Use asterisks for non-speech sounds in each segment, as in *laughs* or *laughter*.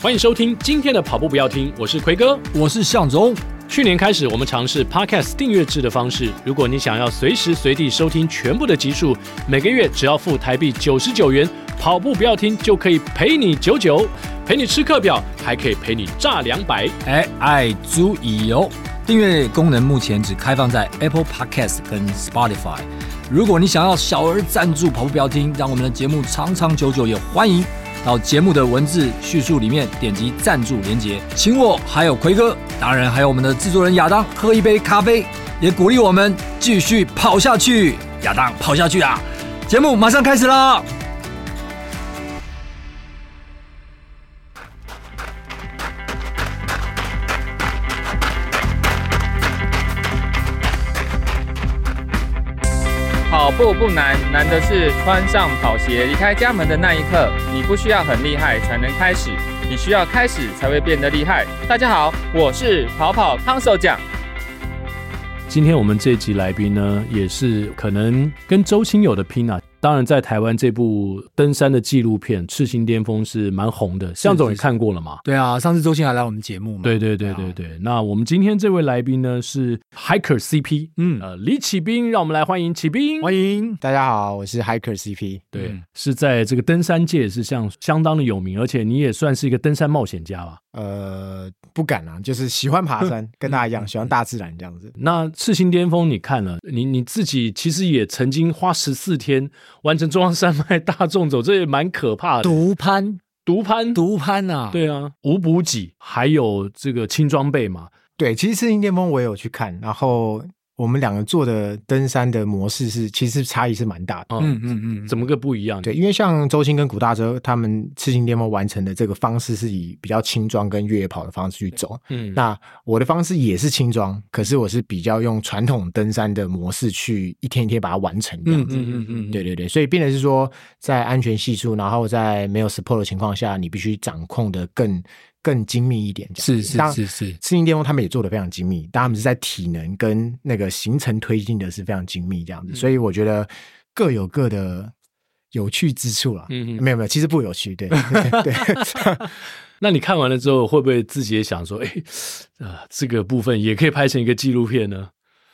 欢迎收听今天的跑步不要听，我是奎哥。我是向总，去年开始，我们尝试 Podcast 订阅制的方式。如果你想要随时随地收听全部的集数，每个月只要付台币九十九元，跑步不要听就可以陪你久久，陪你吃课表，还可以陪你炸两百。哎，爱足以哦。订阅功能目前只开放在 Apple Podcast 跟 Spotify。如果你想要小额赞助跑步标听，让我们的节目长长久久，也欢迎到节目的文字叙述里面点击赞助连结，请我还有奎哥，当然还有我们的制作人亚当喝一杯咖啡，也鼓励我们继续跑下去。亚当跑下去啊！节目马上开始啦！跑步不难，难的是穿上跑鞋离开家门的那一刻。你不需要很厉害才能开始，你需要开始才会变得厉害。大家好，我是跑跑康手奖。今天我们这集来宾呢，也是可能跟周星有的拼啊。当然，在台湾这部登山的纪录片《赤心巅峰》是蛮红的，向总也是看过了嘛？对啊，上次周星还来我们节目嘛对对对对啊对。那我们今天这位来宾呢是 Hiker CP，嗯呃，李启斌，让我们来欢迎启斌。欢迎。大家好，我是 Hiker CP。对，嗯是在这个登山界也是像相当的有名，而且你也算是一个登山冒险家吧。呃，不敢啊，就是喜欢爬山，跟大家一样喜欢大自然这样子。那赤心巅峰你看了，你你自己其实也曾经花十四天完成中央山脉大纵走，这也蛮可怕的。独攀，独攀，独攀啊！，对啊，无补给，还有这个轻装备嘛。对，其实《赤心巅峰》我也有去看，然后我们两个做的登山的模式是，其实差异是蛮大的。嗯嗯嗯嗯，怎么个不一样？对，因为像周星跟古大哲他们《赤心巅峰》完成的这个方式是以比较轻装跟越野跑的方式去走，嗯，那我的方式也是轻装，可是我是比较用传统登山的模式去一天一天把它完成这样子。嗯嗯嗯嗯对对对，所以变得是说，在安全系数，然后在没有 support 的情况下，你必须掌控的更更精密一点这样子。是是当是是，赤心巅峰他们也做的非常精密，但他们是在体能跟那个行程推进的是非常精密这嗯样子，所以我觉得各有各的有趣之处啦。嗯嗯没有没有，其实不有趣，对 *laughs* 对。那你看完了之后，会不会自己也想说，哎、啊、这个部分也可以拍成一个纪录片呢？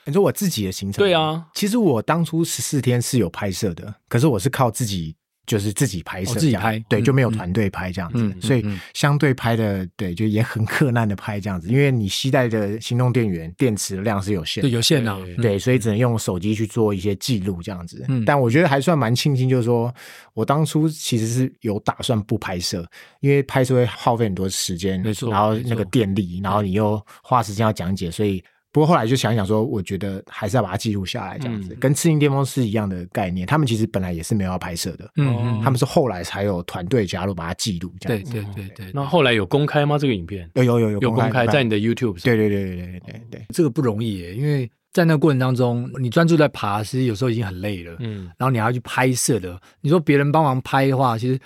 你说我自己的行程？对啊，其实我当初十四天是有拍摄的，可是我是靠自己，就是自己拍哦摄这样、自己拍对，嗯就没有团队拍这样子，嗯嗯所以嗯相对拍的，对，就也很 *laughs* 困难的拍这样子，因为你携带的行动电源、电池的量是有限的对，。有限啊，对嗯对，所以只能用手机去做一些记录这样子。嗯但我觉得还算蛮庆幸，就是说我当初其实是有打算不拍摄，因为拍摄会耗费很多时间，没错然后没错那个电力，然后你又花时间要讲解，所以。不过后来就想一想说，我觉得还是要把它记录下来，这样子、嗯跟《赤心巅峰》是一样的概念。他们其实本来也是没有要拍摄的，嗯哦嗯，他们是后来才有团队加入把它记录这对样哦子。对对对，那后来有公开吗？这个影片有有有有有公开的在你的 YouTube 上？对对对对对对对对，这个不容易耶，因为在那个过程当中，你专注在爬，其实有时候已经很累了，嗯，然后你还要去拍摄的。你说别人帮忙拍的话，其实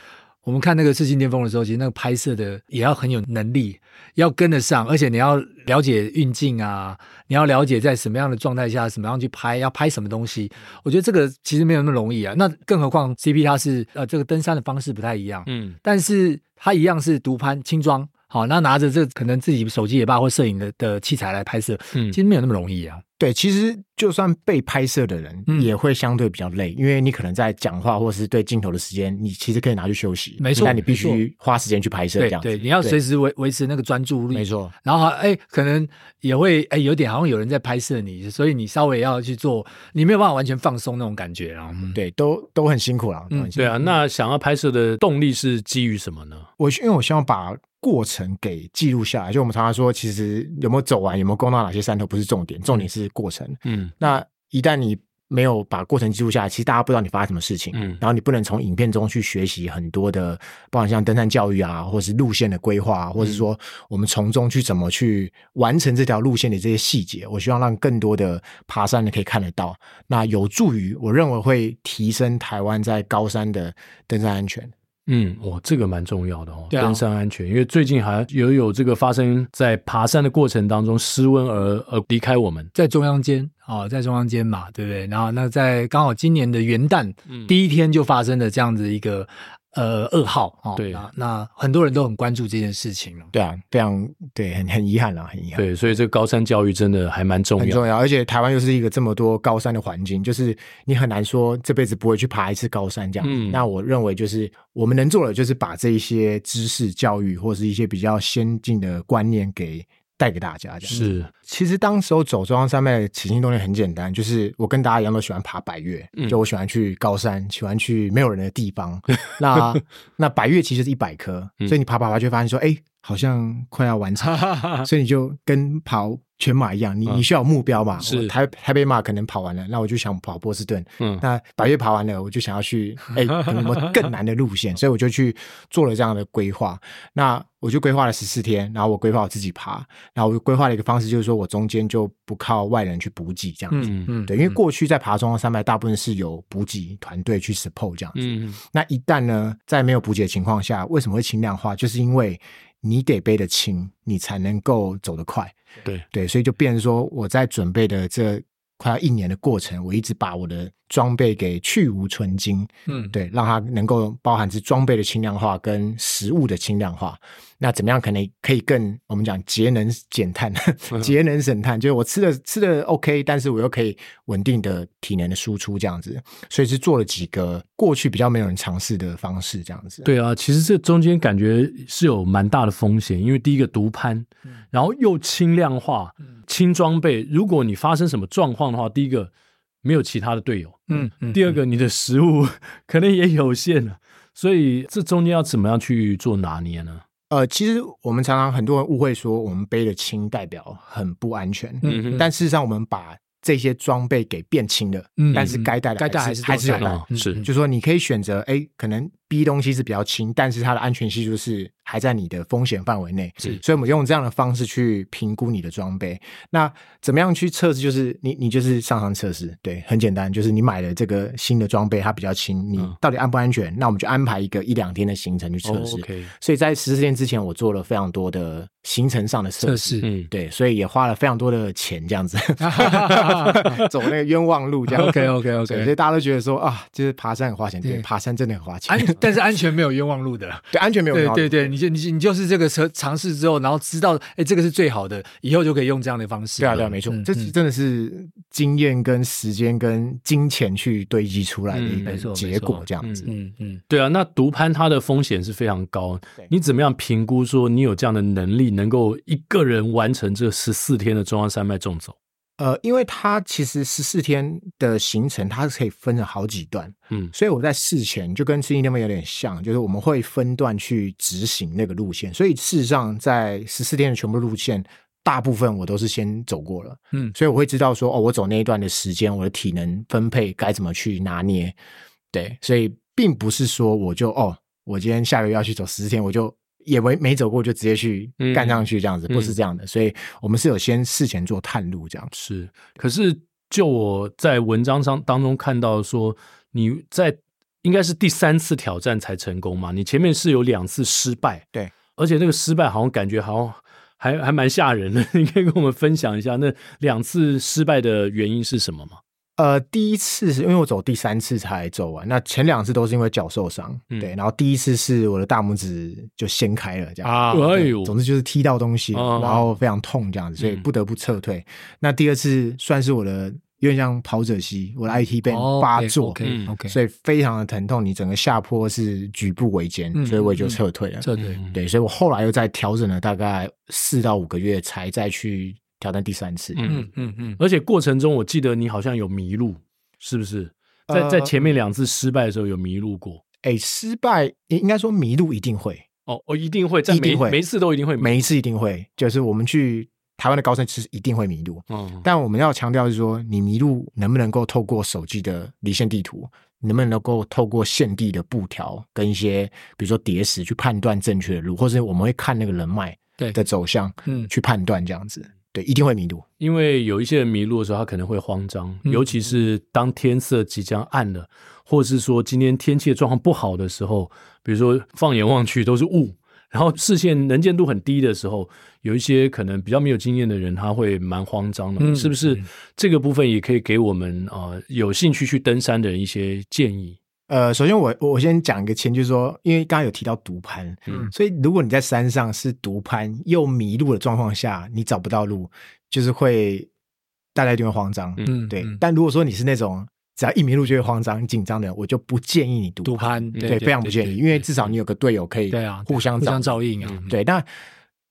我们看那个《赤心巅峰》的时候，其实那个拍摄的也要很有能力，要跟得上，而且你要了解运镜啊， *laughs* 你要了解在什么样的状态下，怎么样去拍，要拍什么东西。我觉得这个其实没有那么容易啊。那更何况 CP 它是呃这个登山的方式不太一样，嗯但是他一样是独攀轻装，好，那拿着这可能自己手机也罢或摄影的的器材来拍摄，嗯其实没有那么容易啊。对，其实就算被拍摄的人嗯也会相对比较累，因为你可能在讲话或是对镜头的时间，你其实可以拿去休息，没错但你必没须花时间去拍摄，这对样子对，你要对随时维维持那个专注力，没。错，然后哎，可能也会哎，有点好像有人在拍摄你，所以你稍微要去做，你没有办法完全放松那种感觉啊。嗯对，都都很辛苦啦。嗯嗯，对啊，那想要拍摄的动力是基于什么呢？我因为我希望把过程给记录下来，就我们常常说，其实有没有走完，有没有攻到哪些山头不是重点，重点是过程。嗯那一旦你没有把过程记录下来，其实大家不知道你发生什么事情，嗯然后你不能从影片中去学习很多的，包含像登山教育啊，或是路线的规划、啊，或是说我们从中去怎么去完成这条路线的这些细节。我希望让更多的爬山的可以看得到，那有助于我认为会提升台湾在高山的登山安全。嗯，哇，这个蛮重要的哦，对啊登山安全，因为最近还有有这个发生在爬山的过程当中失温而而离开我们。在中央间哦，在中央间嘛，对不对？然后那在刚好今年的元旦嗯第一天就发生了这样子一个呃二号哦，对那那很多人都很关注这件事情了。对啊，非常对，很很遗憾啦，很遗憾。对，所以这个高山教育真的还蛮重很要。重要，而且台湾又是一个这么多高山的环境，就是你很难说这辈子不会去爬一次高山这样。嗯那我认为就是我们能做的，就是把这一些知识、教育或是一些比较先进的观念给带给大家。这样，是，其实当时候走中央山脉的起心动念很简单，就是我跟大家一样都喜欢爬百越，嗯就我喜欢去高山，喜欢去没有人的 *laughs* 地方。那那百越其实是一百颗，嗯所以你爬爬爬就会发现说，哎、好像快要完成了。所以你就跟跑全马一样，你嗯你需要有目标嘛？是我台台北马可能跑完了，那我就想跑波士顿。 *laughs* 嗯那百越跑完了，我就想 *laughs* 要去哎，可能有更难的路线，所以我就去做了这样的规划。那我就规划了十四天，然后我规划我自己爬，然后我规划了一个方式，就是说我中间就不靠外人去补给这样子。嗯嗯，对，因为过去在爬中央山脉，大部分是有补给团队去 support 这样子。嗯，那一旦呢，在没有补给的情况下，为什么会轻量化？就是因为你得背得轻，你才能够走得快。对对，所以就变成说，我在准备的这快要一年的过程，我一直把我的装备给去无存精，嗯，对，让它能够包含是装备的轻量化跟食物的轻量化。那怎么样可能可以更我们讲节能减碳、 *laughs* 节能省碳？就是我吃的吃的 OK，但是我又可以稳定的体能的输出这样子，所以是做了几个过去比较没有人尝试的方式这样子。，对啊，其实这中间感觉是有蛮大的风险，因为第一个独攀，嗯然后又轻量化、轻装备。如果你发生什么状况的话，第一个没有其他的队友，嗯嗯，第二个你的食物 *laughs* 可能也有限了，所以这中间要怎么样去做拿捏呢？呃，其实我们常常很多人误会说我们背的轻代表很不安全，嗯但事实上我们把这些装备给变轻了，嗯但是该带的该带嗯还是是还是有都有带哦。是就说你可以选择，哎，可能 B 东西是比较轻，但是它的安全系数是还在你的风险范围内，是所以我们用这样的方式去评估你的装备。那怎么样去测试？就是你你就是上上测试，对，很简单，就是你买了这个新的装备，它比较轻，你嗯到底安不安全？那我们就安排一个一两天的行程去测哦试。 ，OK，所以在十四天之前，我做了非常多的行程上的测测试，试。嗯，对，所以也花了非常多的钱，这样 *laughs* 子走那个冤枉路，这样 OK OK 对所以 OK，大家都觉得说啊，就是爬山很花钱，对，对爬山真的很花钱安，但是安全没有冤枉路的。对，安全没有对很好对对，你就你就你就是这个尝尝试之后，然后知道，哎，这个是最好的，以后就可以用这样的方式对了。啊对啊，没错嗯，这嗯是真的是经验跟时间跟金钱去堆积出来的嗯一没个错没结果错，这样子。嗯嗯对啊，那独攀它的风险是非常高对，你怎么样评估说你有这样的能力，能够一个人完成这十四天的中央山脉纵走？呃，因为它其实十四天的行程，它是可以分成好几段，嗯所以我在事前就跟吃一那边有点像，就是我们会分段去执行那个路线。所以事实上，在十四天的全部路线，大部分我都是先走过了，嗯所以我会知道说，哦，我走那一段的时间，我的体能分配该怎么去拿捏。对，所以并不是说我就哦，我今天下个月要去走十四天，我就。也没没走过就直接去嗯干上去这样子，嗯不是这样的，所以我们是有先事前做探路这样子。是，可是就我在文章上当中看到说，你在应该是第三次挑战才成功嘛？你前面是有两次失败，对，而且那个失败好像感觉好像还还蛮吓人的， *laughs* 你可以跟我们分享一下那两次失败的原因是什么吗？呃，第一次是因为我走第三次才走完，那前两次都是因为脚受伤，嗯对，然后第一次是我的大拇指就掀开了这样。啊哎呦，总之就是踢到东西，哦然后非常痛这样子，所以嗯不得不撤退。那第二次算是我的有点像跑者膝，我的 IT 被发哦作，，OK 嗯 OK，所以非常的疼痛，你整个下坡是举步维艰，嗯所以我也就撤退了。这对，嗯嗯对，所以我后来又再调整了大概四到五个月，才再去挑战第三次。嗯嗯，嗯嗯，而且过程中我记得你好像有迷路，是不是？在呃在前面两次失败的时候有迷路过。哎，失败应应该说迷路一定会，哦，我一定会，在一每定会每一次都一定会迷每一次一定会，就是我们去台湾的高山其实一定会迷路，嗯，但我们要强调是说，你迷路能不能够透过手机的离线地图，能不能够透过现地的布条跟一些比如说叠石去判断正确的路，或者我们会看那个人脉对的走向嗯去判断这样子，对，一定会迷路。因为有一些人迷路的时候，他可能会慌张，嗯尤其是当天色即将暗了，或是说今天天气的状况不好的时候，比如说放眼望去都是雾，然后视线能见度很低的时候，有一些可能比较没有经验的人，他会蛮慌张的，嗯是不是嗯？这个部分也可以给我们啊、呃有兴趣去登山的人一些建议。呃，首先我我先讲一个前提，就是说，因为刚刚有提到独攀，嗯所以如果你在山上是独攀又迷路的状况下，你找不到路，就是会大家一定会慌张，嗯嗯，对。嗯但如果说你是那种只要一迷路就会慌张、紧张的人，我就不建议你独赌盘，嗯对非常不建议，因为至少你有个队友可以对啊互相互找相照应啊，嗯对，那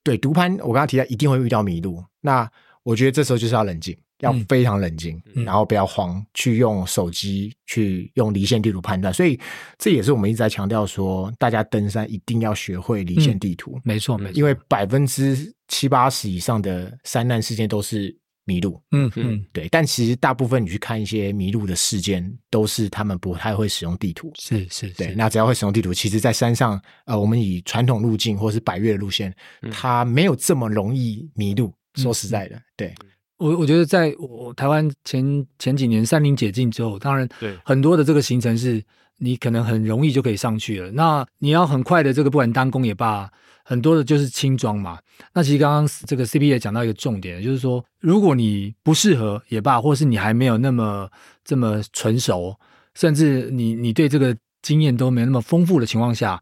对独攀，我刚刚提到一定会遇到迷路，那我觉得这时候就是要冷静，要嗯非常冷静，嗯然后不要慌，去用手机去用离线地图判断。所以这也是我们一直在强调说，大家登山一定要学会离线地图，没嗯错没错，嗯因为百分之七八十以上的山难事件都是迷路。嗯嗯对，但其实大部分你去看一些迷路的事件，都是他们不太会使用地图。是是对，是，那只要会使用地图，其实，在山上，呃，我们以传统路径或是百越的路线，嗯它没有这么容易迷路。嗯说实在的，对，我我觉得在我台湾前前几年山林解禁之后，当然对很多的这个行程是你可能很容易就可以上去了。那你要很快的这个不管单攻也罢，很多的就是轻装嘛。那其实刚刚这个 C B 也讲到一个重点，就是说如果你不适合也罢，或是你还没有那么这么纯熟，甚至你你对这个经验都没有那么丰富的情况下，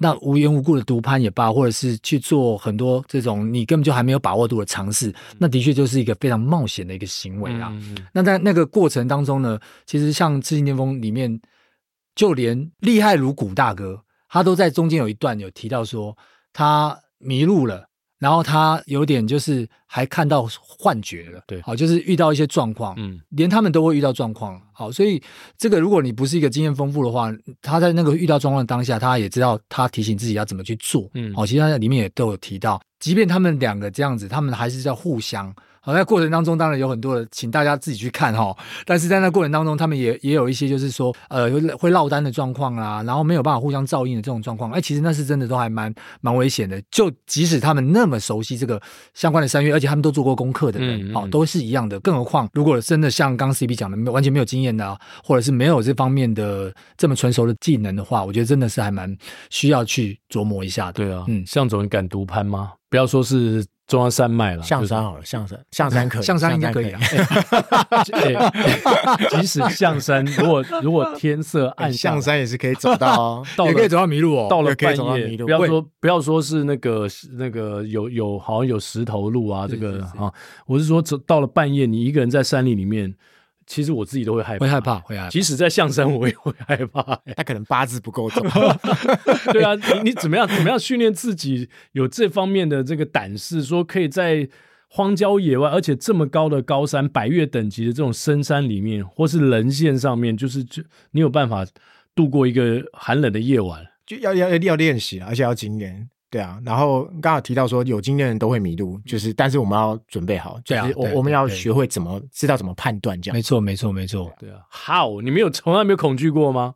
那无缘无故的独攀也罢，或者是去做很多这种你根本就还没有把握度的尝试，那的确就是一个非常冒险的一个行为啊。嗯那在那个过程当中呢，其实像《致敬巅峰》里面，就连厉害如谷大哥，他都在中间有一段有提到说他迷路了，然后他有点就是还看到幻觉了，对好，就是遇到一些状况，嗯连他们都会遇到状况。好，所以这个如果你不是一个经验丰富的话，他在那个遇到状况当下，他也知道他提醒自己要怎么去做。嗯好，其实他在里面也都有提到，即便他们两个这样子，他们还是要互相。好，在过程当中，当然有很多的，请大家自己去看哈、但是在那过程当中，他们也也有一些就是说，呃，会会落单的状况啦，然后没有办法互相照应的这种状况，哎，其实那是真的都还蛮蛮危险的。就即使他们那么熟悉这个相关的山岳，而且他们都做过功课的人，嗯嗯哦，都是一样的。更何况，如果真的像刚 CB 讲的，没有完全没有经验的、啊，或者是没有这方面的这么成熟的技能的话，我觉得真的是还蛮需要去琢磨一下的。对啊，嗯向总，你敢独攀吗？不要说是中央山脉了，象就是山好了，象山，象山可以， *laughs* 象山应该可以啊， *laughs* 哎即使象山，如果如果天色 *laughs* 哎暗下来象山也是可以走到 *laughs* 哦。到了 *laughs* 也可以走到迷路哦。到了也可以半走到夜，迷路不要喂说不要说是那个那个有有好像有石头路啊，这个啊，我是说走到了半夜，你一个人在山里里面，其实我自己都会害怕，会害怕，。会害怕。即使在象山，我也会害怕、他可能八字不 *laughs* 够重，对啊，你你怎么样怎么样训练自己有这方面的这个胆识，说可以在荒郊野外，而且这么高的高山、百越等级的这种深山里面，或是棱线上面，就是就你有办法度过一个寒冷的夜晚。就要要要练习啊，而且要经验。对啊，然后刚好提到说有经验的人都会迷路，就是但是我们要准备好，就嗯对啊是我对我们要对对学会怎么知道怎么判断这样没。错，没错，没错。对啊，How？你没有从来没有恐惧过吗？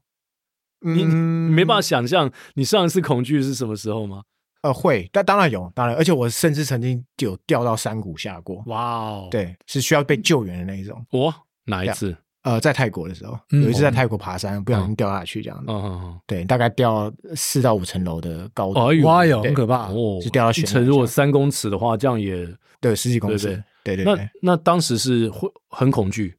你嗯你没办法想象你上一次恐惧是什么时候吗？呃，会，但当然有，当然，而且我甚至曾经有掉到山谷下过，哇哦，对，是需要被救援的那一种。我哦哪一次？呃，在泰国的时候，嗯哦有一次在泰国爬山，不小心掉下去这样子，嗯嗯对，大概掉四到五层楼的高哦度，哎呦哇哟，很对可怕嗯，。哦，是掉到一悬崖层如果上三公尺的话，这样也对，十几公对尺，对对那对，那当时是会很恐惧，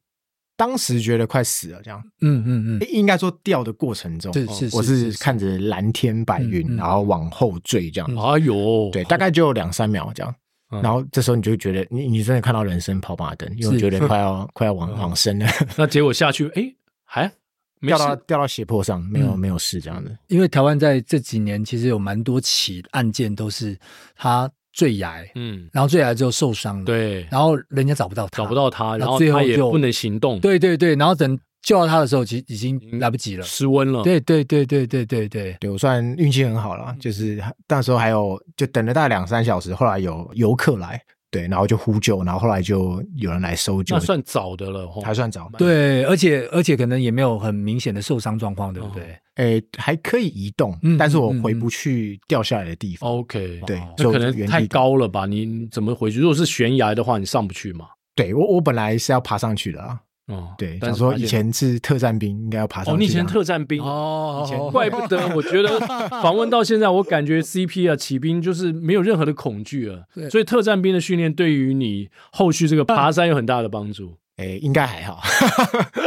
当时觉得快死了，这样，嗯嗯嗯，哎应该说掉的过程中，哦是是是我是是看着蓝天白嗯嗯嗯云，然后往后坠这样，哎呦，嗯对，大概就两三秒这样。嗯然后这时候你就觉得你你真的看到人生跑马灯，因为我是嗯觉得 *laughs* 快要快要往往生了，那结果下去，哎，还没掉到事掉到斜坡上，没有、嗯没有事这样的。因为台湾在这几年其实有蛮多起案件都是他坠崖，嗯，然后坠崖之后受伤了，，对，然后人家找不到他，找不，到他，然后最后他也就不能行动，，对对对，然后等救到他的时候，其实已经来不及了。失温了，对对对对对对对，对我算运气很好嗯啦，就是那时候还有就等了大概两三小时，后来有游客来，对，然后就呼救，然后后来就有人来搜救那，算早的了，吼还算早，对，而且而且可能也没有很明显的受伤状况，对不对？诶，还可以移动，嗯但是我嗯嗯回不去掉下来的地方。 OK，对这就可能原地太的高了吧？你你怎么回去？如果是悬崖的话，你上不去嘛？对我我本来是要爬上去的啊，哦，对，但想是说发以现前是特战兵，应该要爬上去啊。哦，你以前特战兵哦以前怪不得，我觉 *laughs* 得访问到现在，我感觉 CP 啊，骑兵就是没有任何的恐惧啊对，啊所以特战兵的训练对于你后续这个爬山有很大的帮助。诶，应该还好，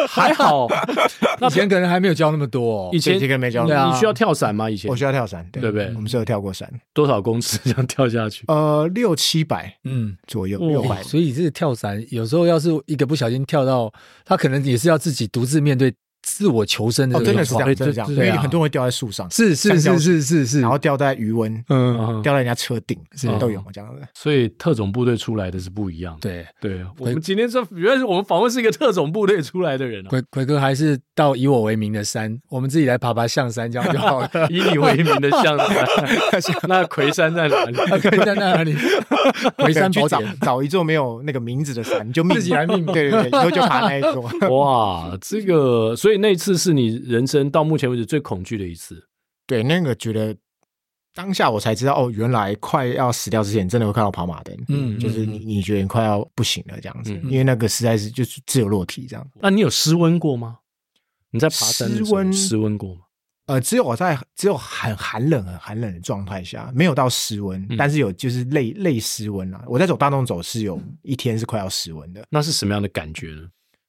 还好，以前可能还没有教那么多、哦以。前这个没教你过你需要跳伞吗？以前我需要跳伞，对对不对我们是有跳过伞，多少公尺这 *laughs* 样跳下去？呃，六七百嗯，左右，哦六百哎。所以这个跳伞有时候要是一个不小心跳到，他可能也是要自己独自面对自我求生的哦，这真个的是状这况。样，真的这样，因对为啊很多人会掉在树上，是是是是是是，然后掉在余温，嗯，掉在人家车顶是，都有这样的。所以特种部队出来的是不一样的。对，对，我们今天这原来我们访问是一个特种部队出来的人 *laughs* 啊，奎奎哥还是到以我为名的山，我们自己来爬爬象山，这样就好 *laughs* 了。以你为名的象山。 *laughs* 那魁山在哪 *laughs* 里？可以在那 *laughs* 里回山去宝找典，找一座没有那个名字的山，你就命自己来命名对对对，以后就爬那一座。哇，这个，所以那次是你人生到目前为止最恐惧的一次。对，那个觉得当下我才知道，哦，原来快要死掉之前，真的会看到跑马灯。嗯嗯，就是你你觉得你快要不行了这样子，嗯因为那个实在是就是自由落体这样。那你有失温过吗？你在爬山的时候失温失温过吗？呃，只有我在只有很寒冷、很寒冷的状态下，没有到失温，嗯但是有就是类类失温啦。我在走大众走是有一天是快要失温的，那是什么样的感觉呢？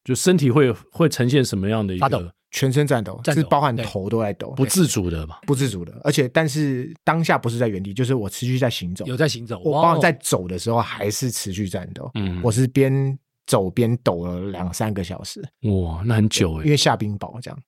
就身体会会呈现什么样的一发抖个全身颤抖，颤是抖包含对头都在抖，不自主的吧？不自主的。而且，但是当下不是在原地，就是我持续在哦行走，有在行走，我哇哦包含在走的时候还是持续战斗。嗯，我是边走边抖了两三个小时，哇，那很久因哎、为下冰雹这样。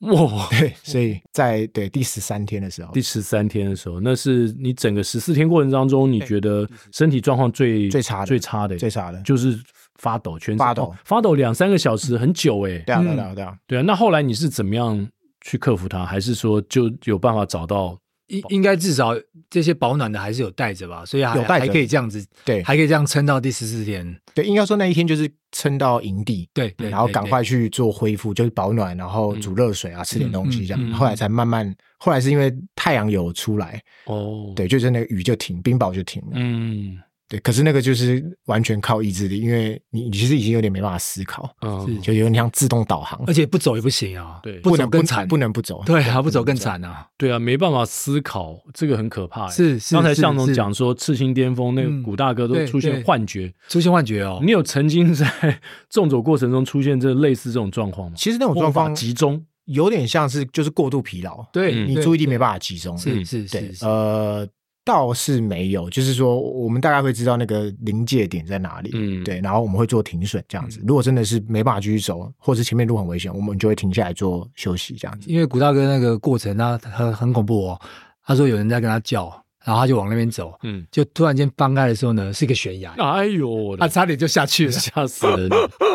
哇，对，所以在对第十三天的时候第，十三天的时候，那是你整个十四天过程当中，你觉得身体状况最最差的最差的、最差的就是发抖，全身发抖哦发抖两三个小时，很久哎、对啊，嗯对啊对啊，对啊，对啊，那后来你是怎么样去克服它？还是说就有办法找到？应应该至少这些保暖的还是有带着吧，所以还有带着还可以这样子，对啊还可以这样撑到第十四天，对，应该说那一天就是撑到营地，对对，嗯然后对赶快去做恢复，就是保暖，然后煮热水啊，吃点东西这嗯嗯样。后来才慢慢，后来是因为太阳有出来，哦，，对，就是那个雨就停，冰雹就停了。嗯对，可是那个就是完全靠意志力，因为你你其实已经有点没办法思考，嗯，是就有点像自动导航对，而且不走也不行啊，对不走能更不惨，不能不走。对啊，不走更惨 *laughs* 啊，对啊，没办法思考，这个很可怕欸。是是刚才是向总是讲说，赤心巅峰那个嗯古大哥都对出现对幻觉，出现幻觉哦你，有曾经在 *laughs* 纵走过程中出现这类似这种状况吗？其实那种无状法况集中，有点像是就是过度疲劳，对，嗯你对注意力没办法集中。是嗯是对是，，是呃，倒是没有，就是说我们大概会知道那个临界点在哪里，嗯对，然后我们会做停损这样嗯子。如果真的是没办法继续走，或者是前面路很危险，我们就会停下来做休息这样子。因为古大哥那个过程他很很恐怖哦，他说有人在跟他叫，然后他就往那边走，嗯，就突然间翻开的时候呢，是一个悬崖，哎呦，我他的差点就下去了。吓死人！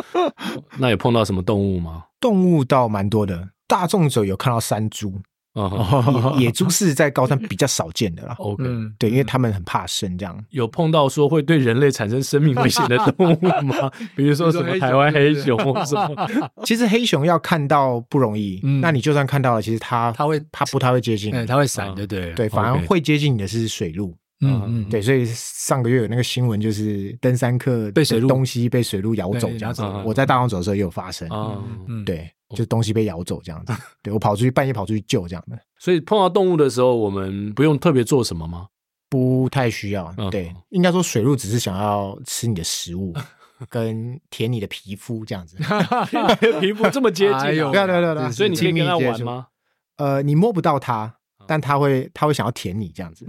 *laughs* 那有碰到什么动物吗？动物倒蛮多的，大众走有看到 *laughs* 山猪，啊。野野猪是在高山比较少见的啦，OK，嗯，对，因为他们很怕生这样。有碰到说会对人类产生生命危险的动物 *laughs* 吗？比如说什么台湾黑熊 *laughs* 或什么？其实黑熊要看到不容易，嗯那你就算看到了，其实它他会它不太会接近，哎，他会闪，对不对？对，反而 OK 会接近你的是水路。嗯，嗯嗯，对，所以上个月有那个新闻，就是登山客被水路的东西被水路咬走对这样子咬走。嗯我在大浪走的时候也有发生，啊，嗯，对，就东西被咬走这样嗯子。对我跑出去半夜跑出去救这样的，所以碰到动物的时候，我们不用特别做什么 *laughs* 吗？不太需要嗯。对，应该说水路只是想要吃你的食物，跟舔你的皮肤这 *laughs* 样子。啊皮肤这么接近啊、哎呦对啊对啊对啊对啊，所以你可以亲密跟他接玩触？吗？嗯呃，你摸不到它，但它会它会想要舔你这 *laughs* 样子。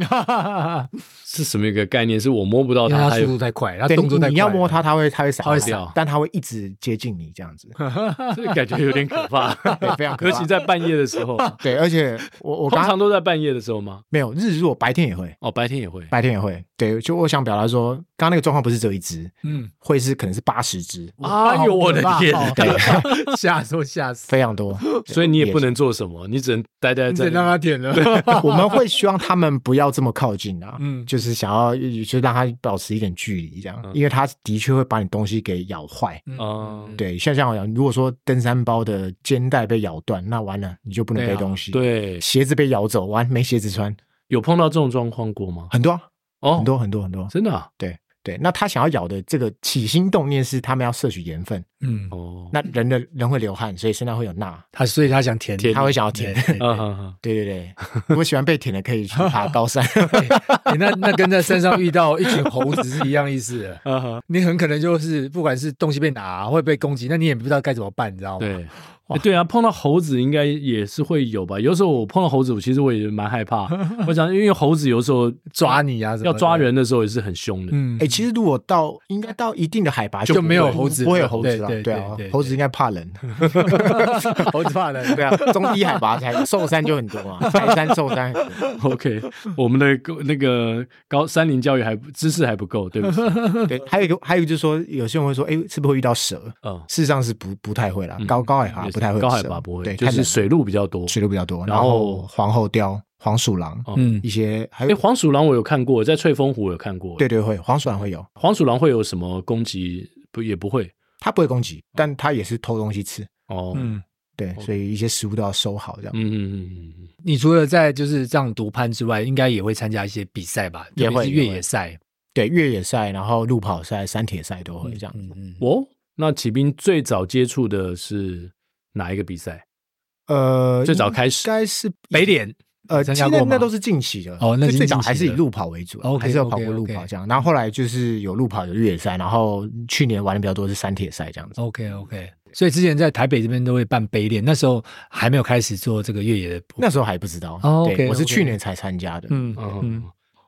是什么一个概念？是我摸不到因为它，他还速有度太快，他对，动你作太快，你要摸它，，它会它会闪它会开，闪但它会一直接近你这样子。 *laughs* 这个感觉有点可怕，对非常可尤怕其在半夜的时候，对，而且我 *laughs* 我通刚常都在半夜的时候吗？没有日落，白天也会。哦，白天也会。白天也会。对，就我想表达说，刚刚那个状况不是只有一只，嗯，会是可能是八十只，哎呦，我的天！天，哦 *laughs* 吓死我，吓死，非常多。 *laughs* 所以你也不野能做什么，你只能待在你这得里。让他舔了， *laughs* 我们会希望他们不要这么靠近啊，嗯就是想要就让它保持一点距离，这样，因为它的确会把你东西给咬坏。嗯，对，像像我讲，如果说登山包的肩带被咬断，那完了你就不能对背啊东西。，对，鞋子被咬走，完没鞋子穿，有碰到这种状况过吗？很多啊、哦，很多很多很多。真的啊对，对，那他想要咬的这个起心动念是他们要摄取盐分，嗯，哦，那人的人会流汗，所以身上会有钠，他所以他想舔舔你，他会想要舔对。对对啊哈哈，对 *laughs* 对对，如果喜欢被舔的可以去爬高山。 *laughs* *laughs* 欸那那跟在山上遇到一群猴子是一样意思的。 *laughs* 啊哈，你很可能就是不管是东西被拿、会被攻击，那你也不知道该怎么办，你知道吗？对。欸对啊，碰到猴子应该也是会有吧。有时候我碰到猴子，我其实我也蛮害怕。我想，因为猴子有时候抓你啊什么的要抓，人的时候也是很凶的。嗯 *laughs* 哎、，其实如果到应该到一定的海拔就不没有会猴子不会了有猴子对了。对对啊对对，猴子应该怕 *laughs* 冷。 *laughs* 猴子怕人。对啊，中低海拔才寿山就很多嘛，泰山寿山很多。 OK，我们的那个高山林教育还不知识还不够，对不对？对，还有一个，还有就是说，有些人会说，哎、是不是会遇到蛇？嗯，事实上是不不太会啦嗯，高高海拔也是啊不太会有蛇，高海拔不会，对，就太是冷水路比较多。水流比较多，然然后哦后黄喉貂、黄鼠狼嗯一些，还哎，有黄鼠狼我有看过，在翠峰湖我有看过。对，对会黄鼠狼嗯会有，黄鼠狼会有什么攻击？不也不会它不会攻击，但它也是偷东西吃，哦。嗯嗯，对，所以一些食物都要收好这样。嗯嗯嗯嗯，你除了在就是这样独攀之外，应该也会参加一些比赛吧？也会特别是越野赛。对，越野赛，然后路跑赛、山铁赛都会这样。嗯嗯，哦，那启兵最早接触的是哪一个比赛？呃，最早开应始该是北脸呃，参现加在过吗那都是近期的哦那已经最早近期还是以的路跑为主啊， OK，还是有跑 OK，过路 OK 跑这样。然后后来就是有路跑，有越野赛，然后去年玩的比较多是山铁赛这样子。 ，OK OK。所以之前在台北这边都会办北脸，那时候还没有开始做这个越野的。那时候还不知道，哦对 OK，我是 OK 去年才参加的。嗯嗯嗯，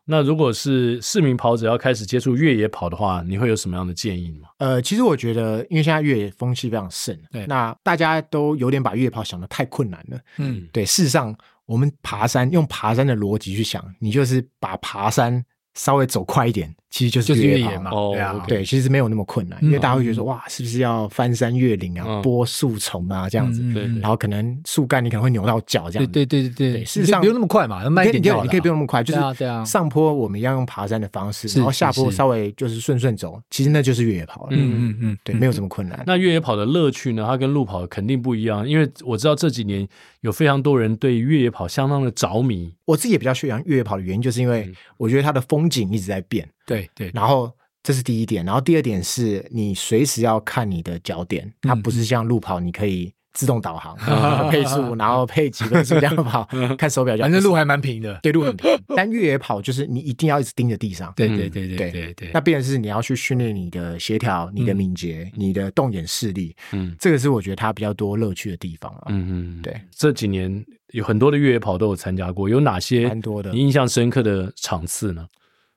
那如果是市民跑者要开始接触越野跑的话，你会有什么样的建议吗？呃，其实我觉得，因为现在越野风气非常盛，啊对那大家都有点把越野跑想的太困难了。嗯对，事实上，我们爬山用爬山的逻辑去想，你就是把爬山稍微走快一点，其实就是就是越跑野嘛哦对啊 OK 对，其实没有那么困难，因为嗯大家会觉得说，哇，是不是要翻山越岭啊嗯、拨树丛啊这样子？嗯对嗯对然后可能树干你可能会扭到脚这样对子。对对对对，对事实上你就不用那么快嘛，慢一你可点以你可就以好你可以不了用那么快，就对啊对啊是上坡我们要用爬山的方式，是然后下是坡是稍微就是顺顺走，其实那就是越野跑了。嗯嗯嗯，对，没有这么困难。那越野跑的乐趣呢？它跟路跑肯定不一样，因为我知道这几年有非常多人对越野跑相当的着迷。我自己也比较喜欢越野跑的原因，就是因为我觉得它的风景一直在变，对对，然后这是第一点，然后第二点是你随时要看你的脚点，它不是像路跑你可以自动导航、配速，然后配几分速这样跑， *laughs* 看手表就反正路还蛮平的。对路很平，但越野跑就是你一定要一直盯着地上。对嗯对对对对对，那变成是你要去训练你的协调、你的敏捷、你的动眼视力，嗯这个是我觉得它比较多乐趣的地方啊。嗯嗯，对，这几年有很多的越野跑都有参加过，有哪些蛮多的你印象深刻的场次呢？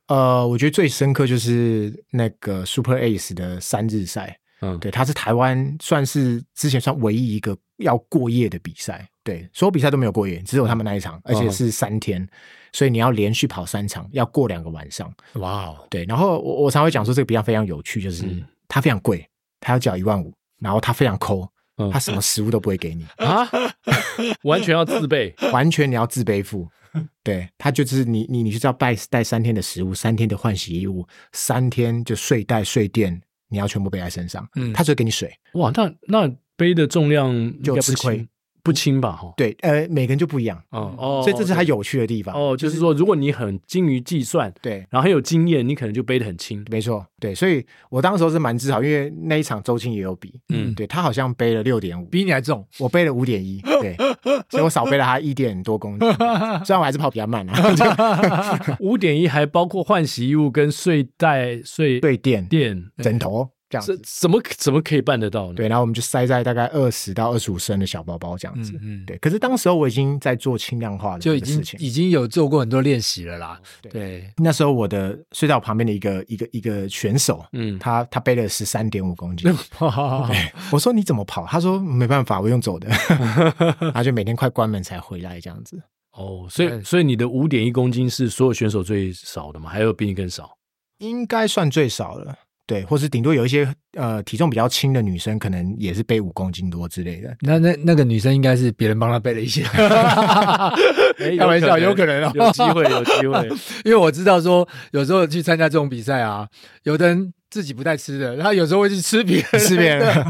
呃，我觉得最深刻就是那个 Super Ace 的三日赛，嗯，对，它是台湾算是之前算唯一一个要过夜的比赛，对，所有比赛都没有过夜，只有他们那一场，而嗯且是三天，所以你要连续跑三场，要过两个晚上，哇哦，对。然后我我常会讲说这个比赛非常有趣，就是嗯它非常贵，它要缴一万五，然后它非常抠嗯，它什么食物都不会给你，啊， *laughs* 完全要自备。完全你要自背负。对，它就是你你你就是要带带三天的食物，三天的换洗衣物，三天就睡袋睡垫，你要全部背在身上，嗯它只会给你水。哇，那那背的重量应该就不吃亏轻不轻吧？哈，对，呃，每个人就不一样，嗯哦，所以这是它对有趣的地方。哦，就是说如果你很精于计算，对，然后很有经验，你可能就背得很 *laughs* 轻。没错，对，所以我当时候是蛮自豪，因为那一场周青也有比，嗯嗯，对他好像背了六点五，比你还重，我背了五点一，对，所以我少背了他一点多公斤，虽然我还是跑比较慢啊， *laughs* 五点一还包括换洗衣物跟睡袋、睡对垫、垫，枕头这样这子，怎么怎么可以办得到呢？对，然后我们就塞在大概二十到二十五升的小包包这样子，嗯嗯对，可是当时候我已经在做轻量化的就这已个经事情，哦已经有做过很多练习了啦。对对，那时候我的睡到旁边的一个一个一个选手， *laughs* 嗯，他他背了十三点五公嗯斤。哇我说你怎么跑？他说没办法，我 *laughs* 用走的。他就每天快关门才回来这样子。哦，所以对所以你的五点一公斤是所有选手最少的吗？还有比你更少？应该算最少了，对，或是顶多有一些呃体重比较轻的女生，可能也是背五公斤多之 *laughs* 类的。那那那个女生应该是别人帮她背了一些， *laughs* 哎 *laughs* 开玩笑，有可能哦，有机会，有机会。 *laughs* 因为我知道说，有时候去参加这种比赛啊，有的人自己不带吃的，他有时候会去吃别人，是别人，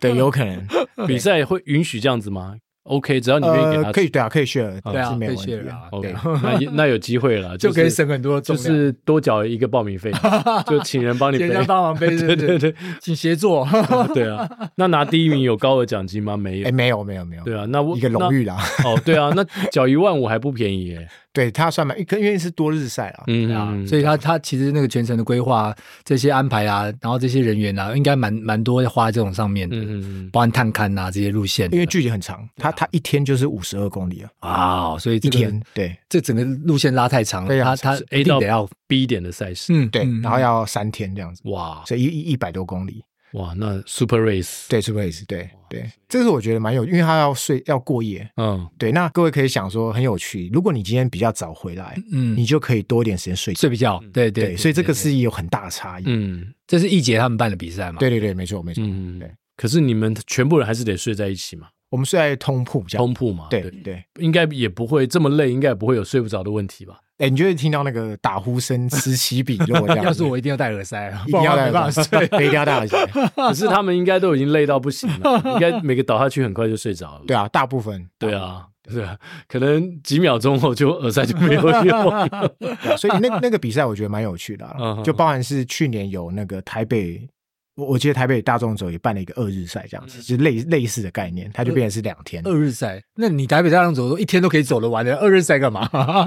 对，有可能。比赛会允许这样子吗？ OK，只要你愿意给他吃，呃，可以对啊，可以 share， *laughs* 对啊是没可以有问题 share 啊啊。 OK，对，那也那有机会了，就可以是省很多重就量，是多缴一个报名 *laughs* 费，就请人帮你简背单。帮忙背，对 *laughs* 对对对，请协作。对啊。那拿第一名有高额奖金吗？没有哎，。没有没有没有，对啊，那我一个荣誉啦。那哦，对啊，那缴一万五还不便宜耶。对他算蛮，可因为是多日赛啦，嗯，啊嗯，所以他他其实那个全程的规划、这些安排啊，然后这些人员啊，应该蛮蛮多花在这种上面的，嗯嗯包含探勘啊这些路线的。因为距离很长，他他一天就是五十二公里啊，哇、哦，所以一这个天，对这整个路线拉太长对了，啊他他是一 A 定到得要 B 点的赛事，嗯对，然要后要三天这样子，哇所以一一百多公里，哇，那 Super Race，，对，是不是？对对，这是我觉得蛮有，因为他要睡要过夜，嗯，对，那各位可以想说很有趣，如果你今天比较早回来，嗯你就可以多一点时间睡觉，睡比较对对对，所以这对个是有很大的差异，嗯这是易杰他们办的比赛嘛？对对对，没错没错，嗯对。可是你们全部人还是得睡在一起嘛，我们睡在通铺比较，通铺嘛，对，对。应该也不会这么累，应该也不会有睡不着的问题 *laughs* 吧？哎，你就会听到那个打呼声、此起彼落这样子。 *laughs* *laughs* 要是我一定要戴耳塞啊，一 *laughs* 不定然要我戴没办法耳塞，睡。 *laughs* 对一定要戴 *laughs* 耳塞。可是他们应该都已经累到不行了，应该每个倒下去很快就睡着了。对啊，大部分对啊，对啊，可能几秒钟后就耳塞就没有用 *laughs* 了。对啊所以那那个比赛我觉得蛮有趣的嗯啊哼，就包含是去年有那个台北，我我记得台北大众走也办了一个二日赛，这样子，就类类似的概念，它就变成是两天。嗯二日赛，那你台北大浪走都一天都可以走得完的，二日赛干嘛？ *laughs*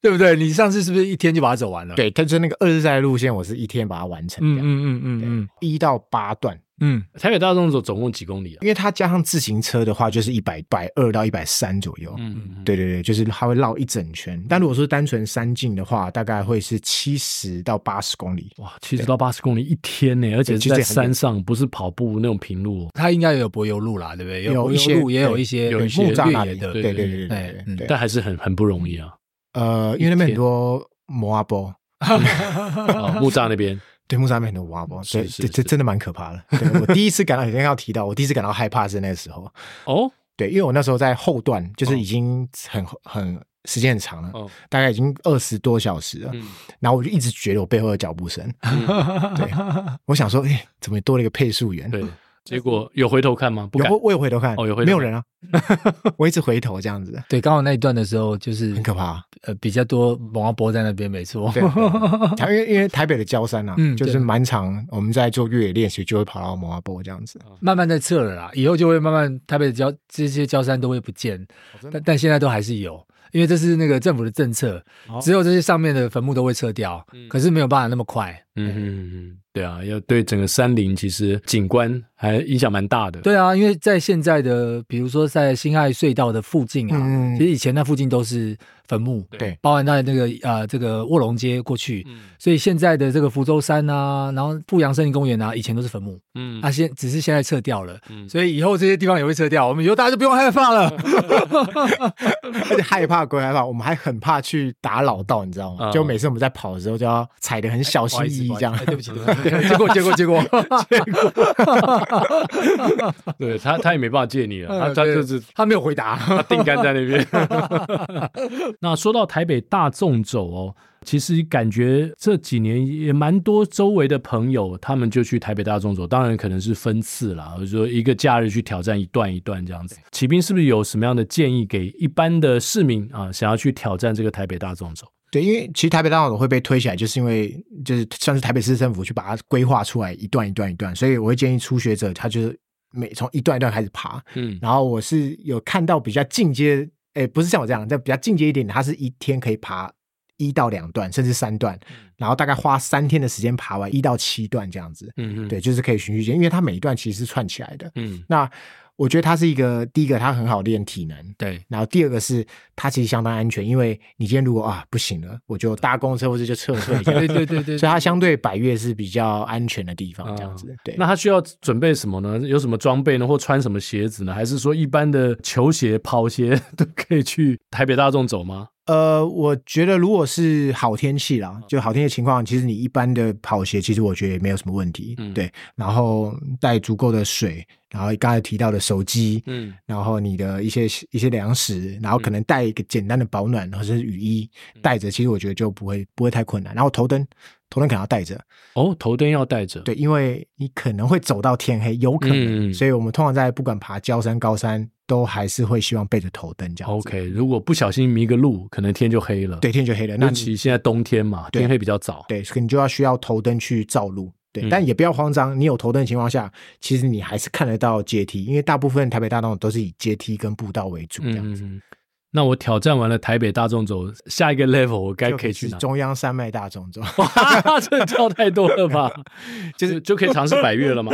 对不对？你上次是不是一天就把它走完了？，对，它就是那个二日赛的路线，我是一天把它完成嗯这样，嗯嗯嗯一到八段，嗯台北大众走总共几公里啊？因为它加上自行车的话，就是一百百二到一百三左右。嗯，对对对，就是它会绕一整圈。但如果说单纯山径的话，大概会是七十到八十公里。哇，七十到八十公里一天呢，而且是其实在也很远山上，不是跑步那种平路哦。他应该也有柏油路啦，对不对？有柏一些油路，也有对一些有一些木木栅栅那越里，野的，对对对对对哎对嗯对。但还是很很不容易 *laughs* 啊！呃，因为那边很多摩阿波，哦木栅那边，对木栅那边很多摩阿波，所以是这是这真的蛮可 *laughs* 怕的。对我第一次感到，你刚刚要提到，我第一次感到害怕是那个时候，哦对，因为我那时候在后段，就是已经很很时间很长了，哦，大概已经二十多小时了，嗯然后我就一直觉得我背后有脚步声，嗯我想说，哎，怎么多了一个配速员？对。结果有回头看吗？不有敢我。我有回头看，哦有回头看没有 *laughs* 人啊，我一直回头这样子， *laughs* 对，刚好那一段的时候，就是很可怕。呃比较多蒙阿波在那边，没错。对， *laughs* 对对因为因为台北的郊山啊，嗯就是对蛮长，我们在做越野练习就会跑到摩阿波这样子。 *laughs* 慢慢在撤了啦，以后就会慢慢台北的交这些交山都会不见，真的但但现在都还是有，因为这是那个政府的政策，哦只有这些上面的坟墓都会撤掉，嗯可是没有办法那么快。嗯嗯嗯，对啊，要对整个山林其实景观还影响蛮大的。对啊，因为在现在的，比如说在辛亥隧道的附近啊，嗯 *laughs* 其实以前那附近都是坟墓，对包含在那个呃这个卧龙街过去，嗯所以现在的这个福州山啊，然后富阳森林公园啊，以前都是坟墓，嗯啊，现只是现在撤掉了，嗯所以以后这些地方也会撤掉，我们以后大家就不用害怕 *laughs* 了。而且害怕归害怕，我们还很怕去打扰到，你知道吗？嗯就每次我们在跑的时候，就要踩得很小心翼翼这样哦哎。对不起，对不 *laughs* 起，结果 *laughs* 结果结果， *laughs* 对他他也没办法借你了，他嗯他对就是他没有回答。他定杆在那边。 *laughs* 那说到台北大众走哦，其实感觉这几年也蛮多周围的朋友，他们就去台北大众走，当然可能是分次啦，或者说一个假日去挑战一段一段这样子。启斌是不是有什么样的建议给一般的市民啊，想要去挑战这个台北大众走？对，因为其实台北大道总会被推起来，就是因为就是算是台北市政府去把它规划出来一段一段一段，所以我会建议初学者他就是每从一段一段开始爬。嗯然后我是有看到比较进阶，诶，不是像我这样，但比较进阶一点的，它是一天可以爬一到两段，甚至三段，嗯然后大概花三天的时间爬完一到七段这样子。嗯对，，就是可以循序渐进，因为它每一段其实是串起来的。嗯那我觉得它是一个第一个，它很好练体能。对，然后第二个是它其实相当安全，因为你今天如果啊不行了，我就搭公车或者就撤退这样 *laughs* 对子，对对对，啊所以它相对百越是比较安全的地方，这样子。对，那他需要准备什么呢？有什么装备呢？或穿什么鞋子呢？还是说一般的球鞋、跑鞋 *laughs* 都可以去台北大众走吗？呃，我觉得如果是好天气啦，就好天气情况，其实你一般的跑鞋，其实我觉得也没有什么问题。嗯对，然后带足够的水，然后刚才提到的手机，嗯然后你的一些一些粮食，然后可能嗯带一个简单的保暖或者是雨衣带着，其实我觉得就不会不会太困难。然后头灯，头灯可能要带着。哦，头灯要带着，对，因为你可能会走到天黑，有可能，嗯所以我们通常在不管爬焦山、高山，都还是会希望背着头灯这样子。 ，OK。如果不小心迷个路，可能天就黑了。对，，天就黑了，那尤你其现在冬天嘛，对天黑比较早。对，所以你就要需要头灯去照路。嗯对，但也不要慌张，你有头灯的情况下，其实你还是看得到阶梯，因为大部分台北大道都是以阶梯跟步道为主这样子。嗯，那我挑战完了台北大众走，下一个 level 我该就可以去是哪？中央山脉大众走， *laughs* 这跳太多了吧？ *laughs* 就是就可以尝试百越了 *laughs* 吗？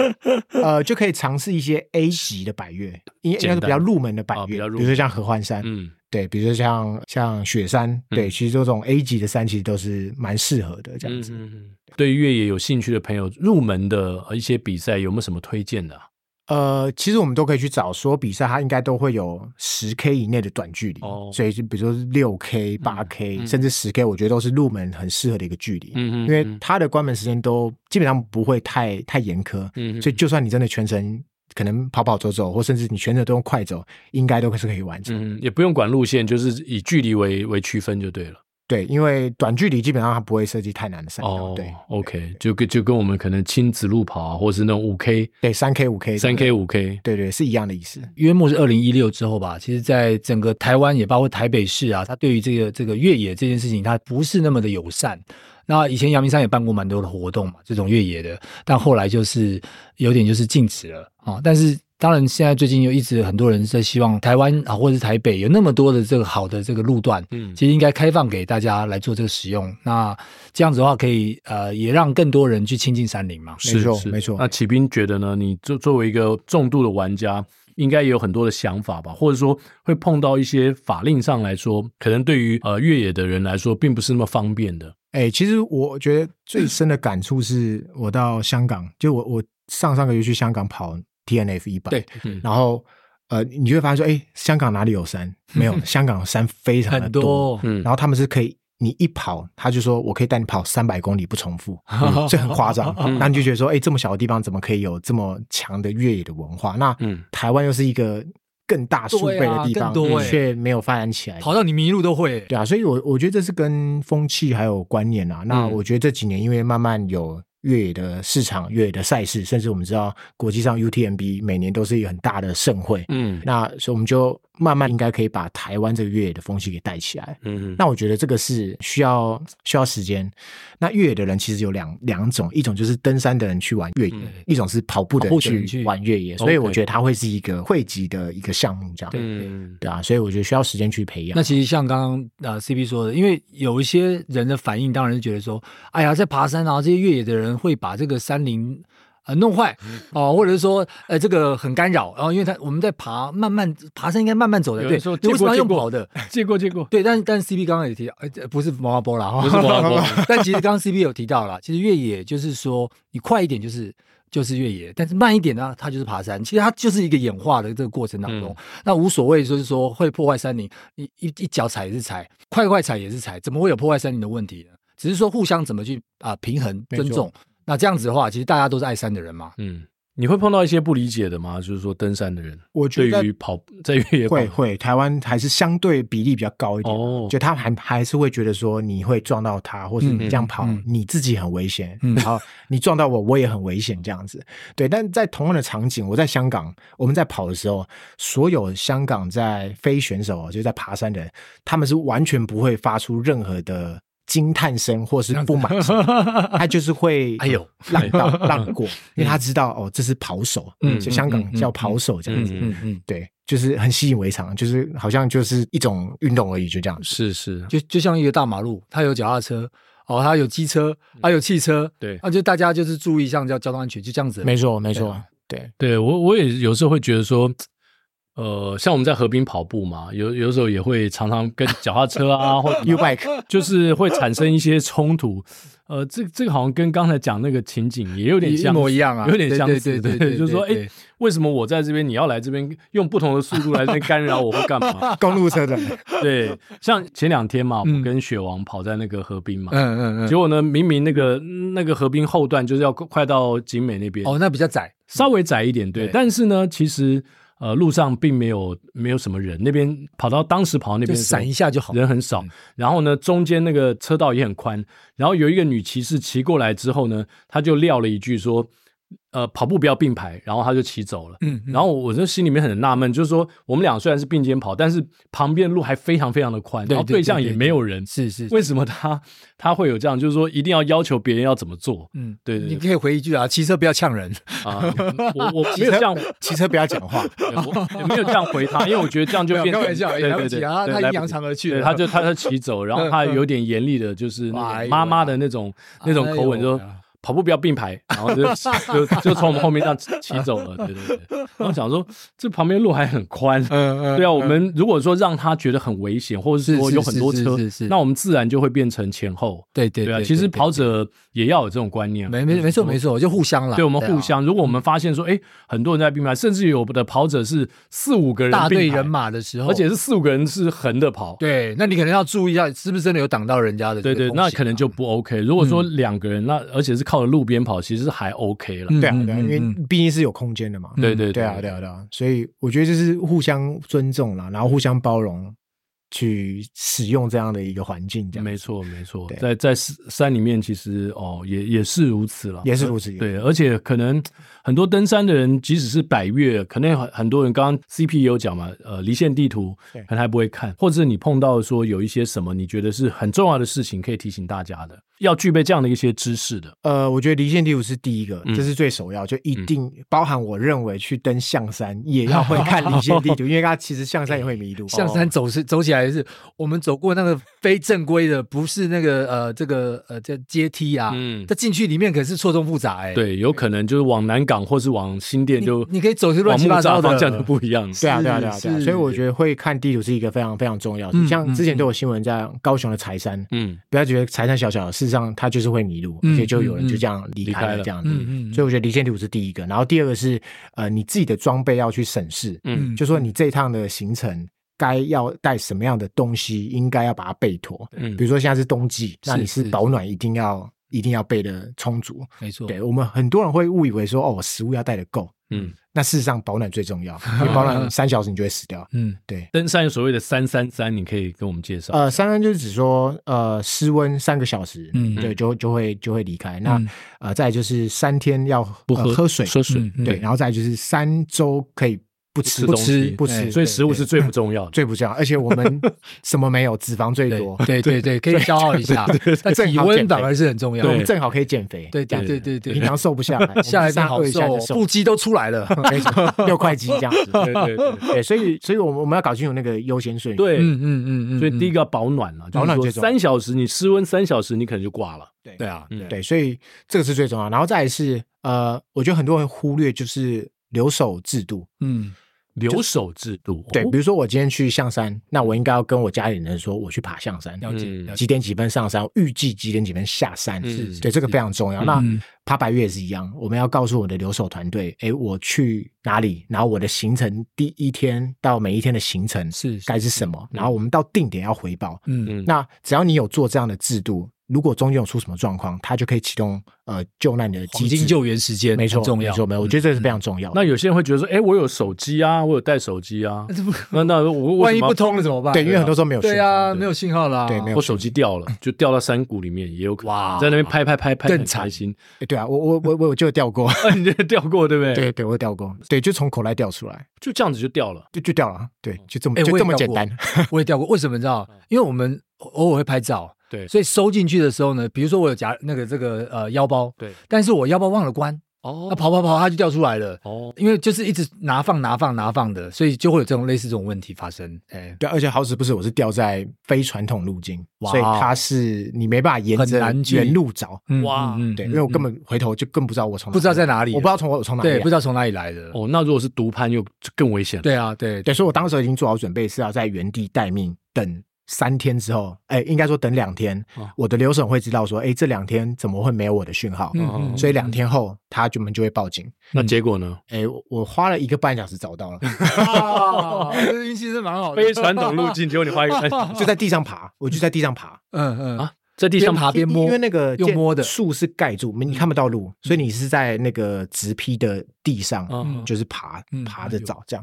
呃，就可以尝试一些 A 级的百越，应该应该简单是比较入门的百哦比越，较入门比如说像合欢山，嗯，对，比如说像像雪山，对，其实这种 A 级的山其实都是蛮适合的这样子。嗯嗯嗯对越野有兴趣的朋友，入门的呃一些比赛有没有什么推荐的啊？呃，其实我们都可以去找说比赛，它应该都会有十 K 以内的短距离，哦所以就比如说六 K、八 K、嗯甚至十 K，我觉得都是入门很适合的一个距离，嗯因为它的关门时间都基本上不会太太严苛，嗯所以就算你真的全程可能跑跑走走，或甚至你全程都用快走，应该都是可以完成。嗯，也不用管路线，就是以距离为为区分就对了。对，因为短距离基本上它不会设计太难的赛道，对哦，OK，就跟就跟我们可能亲子路跑啊，或是那种五 K、对，三 K、五 K、三 K、五 K，对对是一样的意思。约莫是二零一六之后吧，其实，在整个台湾也包括台北市啊，它对于这个这个越野这件事情，它不是那么的友善。那以前阳明山也办过蛮多的活动嘛，这种越野的，但后来就是有点就是禁止了啊。但是当然，现在最近又一直很多人在希望台湾啊，或者是台北有那么多的这个好的这个路段，嗯其实应该开放给大家来做这个使用。那这样子的话，可以呃也让更多人去亲近山林嘛。没错没错那启斌觉得呢？你作作为一个重度的玩家，应该也有很多的想法吧？或者说会碰到一些法令上来说，可能对于呃越野的人来说，并不是那么方便的。哎、其实我觉得最深的感触是我到香港，就我我上上个月去香港跑 TNF 一百，对，嗯然后呃，你就会发现说，哎、香港哪里有山？没有，香港山非常的嗯很多，嗯然后他们是可以。你一跑，他就说我可以带你跑三百公里不 *laughs* 重复，嗯这很夸张。嗯那你就觉得说，哎、这么小的地方怎么可以有这么强的越野的文化？那嗯台湾又是一个更大数倍对的啊地方，更多欸却没有发展起来。跑到你迷路都会、对啊，所以我我觉得这是跟风气还有观念啊。那嗯我觉得这几年因为慢慢有越野的市场、越野的赛事，甚至我们知道国际上 UTMB 每年都是一个很大的盛会，嗯那所以我们就慢慢应该可以把台湾这个越野的风气给带起来。嗯，那我觉得这个是需要需要时间。那越野的人其实有两两种，一种就是登山的人去玩越野，嗯一种是跑步的跑人步的人去去玩越野。所以 OK 我觉得它会是一个汇集的一个项目，这 *laughs* 样。嗯对啊，所以我觉得需要时间去培养。那其实像刚刚呃 CP 说的，因为有一些人的反应当然是觉得说，哎呀，在爬山啊，这些越野的人会把这个山林。呃，弄坏嗯哦，或者是说，呃，这个很干扰，然、后因为他我们在爬，慢慢爬山应该慢慢走的，有对人说，你为见什过么要用见过跑的？见过见过，对，但但 CP 刚刚也提到，呃，这不是毛阿波啦，哈不是摩拉波， *laughs* 但其实刚刚 CP 有提到了，其实越野就是说你快一点就是就是越野，但是慢一点呢，它就是爬山。其实它就是一个演化的这个过程当中，嗯那无所谓，就是说会破坏山林，你一一脚踩也是踩，快快踩也是踩，怎么会有破坏山林的问题呢？只是说互相怎么去啊、平衡没错尊重。那这样子的话，其实大家都是爱山的人嘛。嗯。你会碰到一些不理解的吗？就是说登山的人，我觉对得于跑在越野跑会会，台湾还是相对比例比较高一点，哦就他还还是会觉得说你会撞到他，或是你这样跑、嗯嗯你自己很危险，嗯然后你撞到我我也很危险这样子。对，但在同样的场景，我在香港，我们在跑的时候，所有香港在非选手哦就是在爬山的人，他们是完全不会发出任何的。惊叹声或是不满声， *laughs* 他就是会哎呦让道让 *laughs* 过，因为他知道哦，这是跑手，嗯就香港嗯嗯叫跑手这样子，嗯嗯，对，就是很习以为常，就是好像就是一种运动而已，就这样子。是是，就就像一个大马路，它有脚踏车，哦，它有机车，它有汽车，嗯对那、就大家就是注意像叫交通安全，就这样子。没错，没错啊，对，对我我也有时候会觉得说，呃，像我们在河滨跑步嘛，有有时候也会常常跟脚踏车啊 *laughs* 或者 U bike 就是会产生一些冲突。呃，这这个好像跟刚才讲那个情景也有点一像，模一样啊有点相似。对对对对对就是说，对对哎，为什么我在这边，你要来这边用不同的速度来这边干扰我，或干嘛？公 *laughs* 路车的，对，像前两天嘛，我嗯跟雪王跑在那个河滨嘛，嗯嗯嗯结，果呢，明明那个那个河滨后段就是要快到景美那边，哦，那比较窄，稍微窄一点，对。对但是呢，其实呃路上并没有没有什么人，那边跑到当时跑到那就边的时候闪一嗯下就好。人很少。然后呢，中间那个车道也很宽。然后有一个女骑士骑过来之后呢，她就撂了一句说：“呃，跑步不要并排。”然后她就骑走了。嗯，然后我就心里面很纳闷，就是说我们俩虽然是并肩跑，但是旁边路还非常非常的宽，对然后对象也没有人，是是，为什么他他会有这样？就是说一定要要求别人要怎么做嗯，对对对你可以回一句啊，骑车不要呛人。 *laughs* 啊？我我没有这样，骑车不要讲话，对我 *laughs* 我没有这样回他，因为我觉得这 *laughs* 样就没有变开玩笑对也对来不对及对啊对他已来经不扬及长而去对了嗯他就他就骑走，然后他有点严厉的，就是那哎种呦妈妈的那种那种口吻，哎呦就跑步不要并排，然 *laughs* 后就就就从我们后面这样骑走了，对对对。然后想说这旁边路还很宽，嗯嗯对啊，我们如果说让他觉得很危险，或者是是说是有很多是是车是是，那我们自然就会变成前后。对对对啊，其实跑者也要有这种观念啊，没没没错没错，就互相啦。对我们互啊相，如果我们发现说，哎，很多人在并排，甚至有的跑者是四五个人大队并排人，马的时候，而且是四五个人是横的跑，对，那你可能要注意一下，是不是真的有挡到人家的这对个对，风险啊？嗯那可能就不 OK。如果说两个人，那而且是靠着路边跑，其实还 OK 了。嗯 *laughs* 对啊，对啊，嗯因为嗯毕竟是有空间的嘛。对对对啊，对啊，对啊，所以我觉得就是互相尊重啦，然后互相包容，去使用这样的一个环境，这样没错没错对，在在山里面，其实哦也也是如此了，也是如此。，呃对，而且可能很多登山的人，即使是百越，可能很很多人刚刚 CP 也有讲嘛，呃，离线地图对可能还不会看，或者你碰到说有一些什么你觉得是很重要的事情，可以提醒大家的，要具备这样的一些知识的。呃，我觉得离线地图是第一个，嗯这是最首要，就一定包含我认为去登象山也要会看离线地图，因为它其实象山也会迷路。象山走是走起来是，我们走过那个非正规的，不是那个呃这个呃这阶梯啊，嗯它进去里面可是错综复杂哎、，对，有可能就是往南港或是往新店你就你可以走是乱往七木八糟栅的方向就不一样。对啊，是对啊，对啊，对啊，是所以我觉得会看地图是一个非常非常重要的。嗯像之前嗯都有新闻在高雄的柴山， *laughs* 嗯，不要觉得柴山小小的，事实上它就是会迷路，嗯而且就有人嗯就这样离开离开了了这样子。嗯嗯嗯所以我觉得离线图是第一个，然后第二个是呃你自己的装备要去审视，嗯就说你这一趟的行程该要带什么样的东西，应该要把它备妥。嗯比如说现在是冬季，那你是是保暖一定要一定要备的充足。没错，对我们很多人会误以为说哦，我食物要带的够，嗯，那事实上保暖最重要，因为 *laughs* 保暖三小时你就会死掉。嗯对，登山有所谓的三三三，你可以跟我们介绍。啊呃，三温就是指说，呃，室温三个小时，嗯对，就就会就会离开。那、嗯呃，再来就是三天要不呃喝喝水，喝水嗯嗯对，然后再来就是三周可以不吃吃东西不哎吃，所以对食物对是最不重要的。最不重要，而且我 *laughs* 们什么没有，脂肪最对多，对对对，可以消耗一下，但正体好减温肥反而是很重要我的们。正好可以减肥，对对对对平对，常瘦不下来，我 *laughs* 们下来变好上颚一下瘦就哦，腹肌都出来了。 *laughs* 没错，六块肌这样子。对对对对，所以所以我们我们要搞清楚那个优先顺序。对，嗯嗯嗯嗯，所以第一嗯个要保暖啊了，就是保暖说最重要三小时，你室温三小时，你可能就挂了。对啊，嗯对，所以这个是最重要。然后再来是呃，我觉得很多人忽略就是留守制度。嗯留守制度，对，哦比如说我今天去象山，那我应该要跟我家里人说我去爬象山，了解嗯了解，几点几分上山，我预计几点几分下山。嗯对，这个非常重要。那爬白月也是一样，我们要告诉我的留守团队，哎，我去哪里，然后我的行程第一天到每一天的行程是是该是什么，然后我们到定点要回报。嗯嗯那只要你有做这样的制度，如果中间有出什么状况，它就可以启动呃救难的黄机金制。救援时间没错，很重要，嗯没错，没错，我觉得这是非常重要的。那有些人会觉得说，哎，我有手机啊，我有带手机啊，那那我万一不，为什么通了怎么办？对，因为很多时候没有对讯号啊，没有信号啦，对没要有我手机掉了，就掉到山谷里面也有可能，哇在那边拍拍拍拍，更很惨开心，诶对啊，我我我我我就有 *laughs* 掉过，啊，你这掉过对不对？对，对，我有掉过，对，就从口袋掉出来，就这样子就掉了。就就掉了，啊对，就这么哎就我也这么掉简过单， *laughs* 我也掉过，为什么你知嗯道？因为我们偶尔会拍照，对，所以收进去的时候呢，比如说我有夹那个这个呃腰包，对，但是我腰包忘了关，哦那、跑跑跑它就掉出来了，哦，因为就是一直拿放拿放拿放的，所以就会有这种类似这种问题发生。哎，对，而且好死不死我是掉在非传统路径，哇哦所以它是你没办法沿很着难去原路找，嗯哇对，因为我根本回头就更不知道我从不知道在里哪里，啊我不知道从我从哪里对，来不知道从哪里来的。哦，那如果是毒攀又更危险了。对啊，对对，所以我当时已经做好准备，是要在原地待命，等三天之后，哎，应该说等两天，哦我的留守会知道说，哎，这两天怎么会没有我的讯号？嗯 *laughs* 所以两天后，他就们就会报警。那结果 *laughs* 呢？哎，我我花了一个半小时找到了，啊，这运气是蛮好的， *laughs* 非传统路径，结果你花一个就在地上爬，我就在地上爬， *laughs* 嗯嗯啊在地边爬边摸因为那个用建摸的树是盖住，你看不到路，所以你是在那个直劈的地上，嗯就是爬嗯爬着找这样。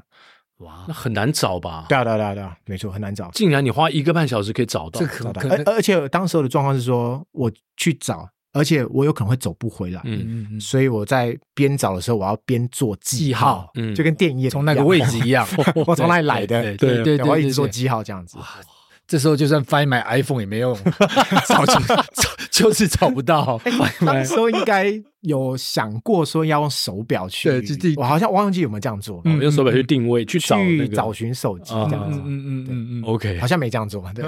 哇那，很难找吧？对啊，对啊，对啊，对啊，没错，很难找。竟然你花一个半小时可以找到这，可找到哎可能而而且当时候的状况是说，我去找，而且我有可能会走不回来，嗯嗯嗯所以我在边找的时候，我要边做记记号号，嗯就跟电影也，从那个位置一样我从哪里来的对对对然后一直对做对，记号这样子。这时候就算翻 i 买 iPhone 也没用， *laughs* 哎找 *laughs* 就找就是找不到。 *laughs* 当时候应该有想过说要用手表去，对自己我好像忘记有没有这样做，我用手表去定位去找那嗯去个找寻手机这样嗯子，嗯嗯嗯嗯， OK， *laughs* 好像没这样做， *laughs* 对。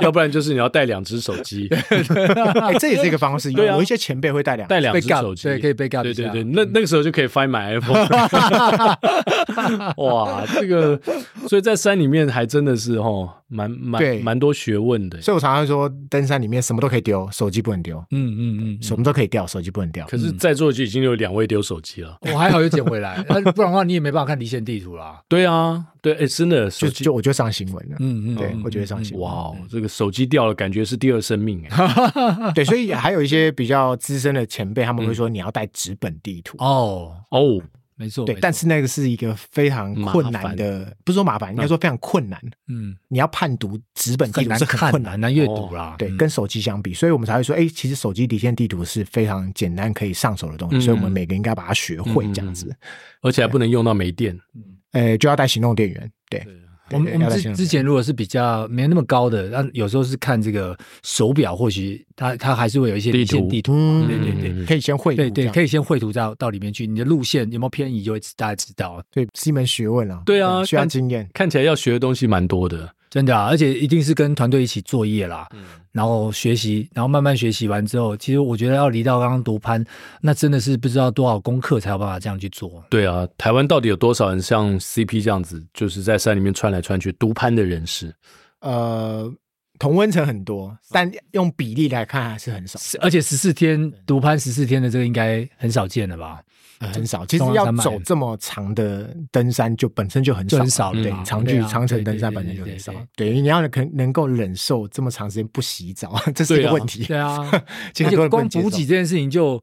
要不然就是你要带两只手 *laughs* 机，哎，这也是一个方式，有对啊有一些前辈会带两带两只 Backup，手机，对可以 backup 对对一下对，那嗯那个时候就可以 find my *laughs* iPhone。哇，这个，所以在山里面还真的是哦，蛮蛮对蛮多学问的。所以我常常说，登山里面什么都可以丢，手机不能丢；嗯嗯什么都可以掉，手机不能掉。可是，在座就已经有两位丢手机了。嗯，我还好又捡回来， *laughs* 那不然的话你也没办法看离线地图啦。对啊，对，哎，真的手就机就我就上新闻了。嗯嗯，对，我觉得上嗯新闻。哇哦，这个手机掉了，感觉是第二生命 *laughs* 哎。嗯对，所以还有一些比较资深的前辈，他们会说你要带纸本地图。哦，哦，没错，对没，错但是那个是一个非常困麻难烦的，不是说麻烦，应该说非常困难。嗯，你要判读纸本地很图难是很看困啊，难很难阅读啦。对，嗯跟手机相比，所以我们才会说，哎、其实手机离线地图是非常简单可以上手的东西，嗯所以我们每个应该把它学会这样嗯子。而且还不能用到没电。呃，就要带行动电源，对，啊我们对我要们带行之动之前如果是比较没那么高的，那有时候是看这个手表，或许它它还是会有一些地离线图地图。嗯，对对对嗯可以先会对对，可以，以先绘图到到里面去，你的路线有没有偏移，就会知大家知道。对是一门学问啊，对啊需要看经验。看起来要学的东西蛮多的。真的、啊，而且一定是跟团队一起作业啦，嗯然后学习，然后慢慢学习完之后，其实我觉得要离到刚刚读攀，那真的是不知道多少功课才有办法这样去做。对啊，台湾到底有多少人像 CP 这样子，就是在山里面穿来穿去独攀的人士？呃，同温层很多，哦但用比例来看还是很少，而且十四天读攀十四天的这个应该很少见了 *laughs* 吧？呃很少。其实中央要山脉走这么长的登山，就本身就很就少，很少了对嘛，长距对啊长程对登山对本身对就很对少对。对，你要能能够忍受这么长时间不洗澡， *laughs* 这是一对个啊问题。对啊， *laughs* 其而且实很多人不能光接补受给这件事情就，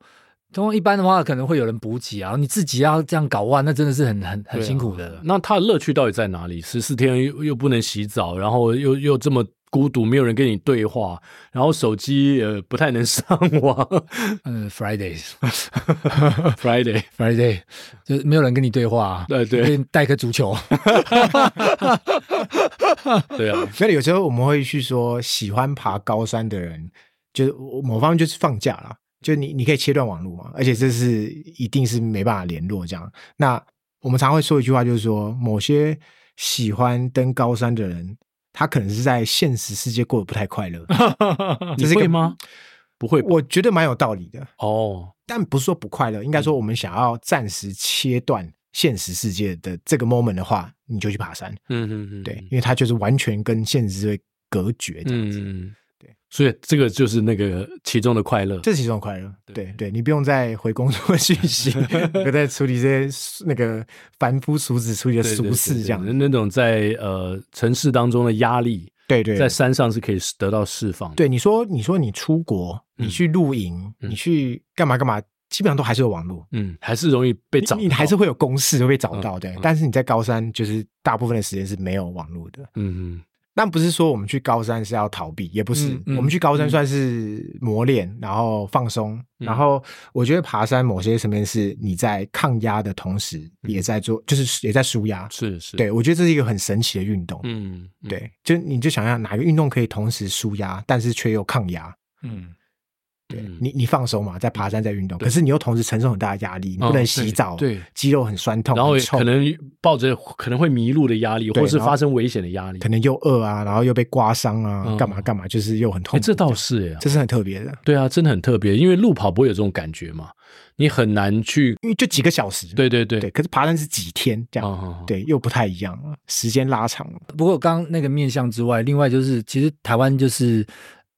通常一般的话可能会有人补给啊，你自己要这样搞哇，那真的是很很很对啊辛苦 *laughs* 的。那他的乐趣到底在哪里？十四天又又不能洗澡，然后又又这么孤独，没有人跟你对话，然后手机呃不太能上网 *laughs* 嗯，Fridays *laughs* ，Friday， Friday 就是没有人跟你对 *laughs* 话、啊，对对可以带颗足球，对啊，所以有时候我们会去说，喜欢爬高山的人，就是我某方面就是放假啦，就你你可以切断网络嘛，而且这是一定是没办法联络这样。那我们常会说一句话，就是说某些喜欢登高山的人，他可能是在现实世界过得不太快乐，你这是一个会吗？不会吧我觉得蛮有道理的。哦，但不是说不快乐，应该说我们想要暂时切断现实世界的这个 moment 的话，你就去爬山，嗯嗯嗯，对，因为它就是完全跟现实世界隔绝这样子。嗯，对，所以这个就是那个其中的快乐，这是一种快乐，对对对，你不用再回工作讯息，不用再处理这些那个凡夫俗子处理的对对俗对事这样对，那种在呃城市当中的压力，对对，在对山上是可以得到释放的。对你说你说你出国，嗯你去露营，嗯你去干嘛干嘛，基本上都还是有网络，嗯，还是容易被你找到，你还是会有公式会被找到，嗯对嗯。但是你在高山，就是大部分的时间是没有网络的。嗯嗯但不是说我们去高山是要逃避，也不是，嗯嗯我们去高山算是磨练，然后放松，嗯然后我觉得爬山某些层面是你在抗压的同时，也在做，就是也在舒压。嗯是是，对，我觉得这是一个很神奇的运动。嗯，嗯，对，就你就想象哪个运动可以同时舒压，但是却又抗压。嗯，对嗯你，你放松嘛，在爬山，在运动，可是你又同时承受很大的压力，你哦不能洗对澡，对肌肉很酸痛，然后很也臭可能抱着可能会迷路的压力，对或是然后发生危险的压力可。能又饿啊，然后又被刮伤嗯啊，干嘛干嘛，就是又很痛哎，苦。这倒，是哎，这是很特别的，对啊，真的很特别，因为路跑不会有这种感觉嘛，你很难去。因为就几个小时。对对对，嗯对，可是爬山是几天这啊样，啊，啊，对，又不太一样了，时间拉长了。不过刚刚那个面向之外，另外就是其实台湾就是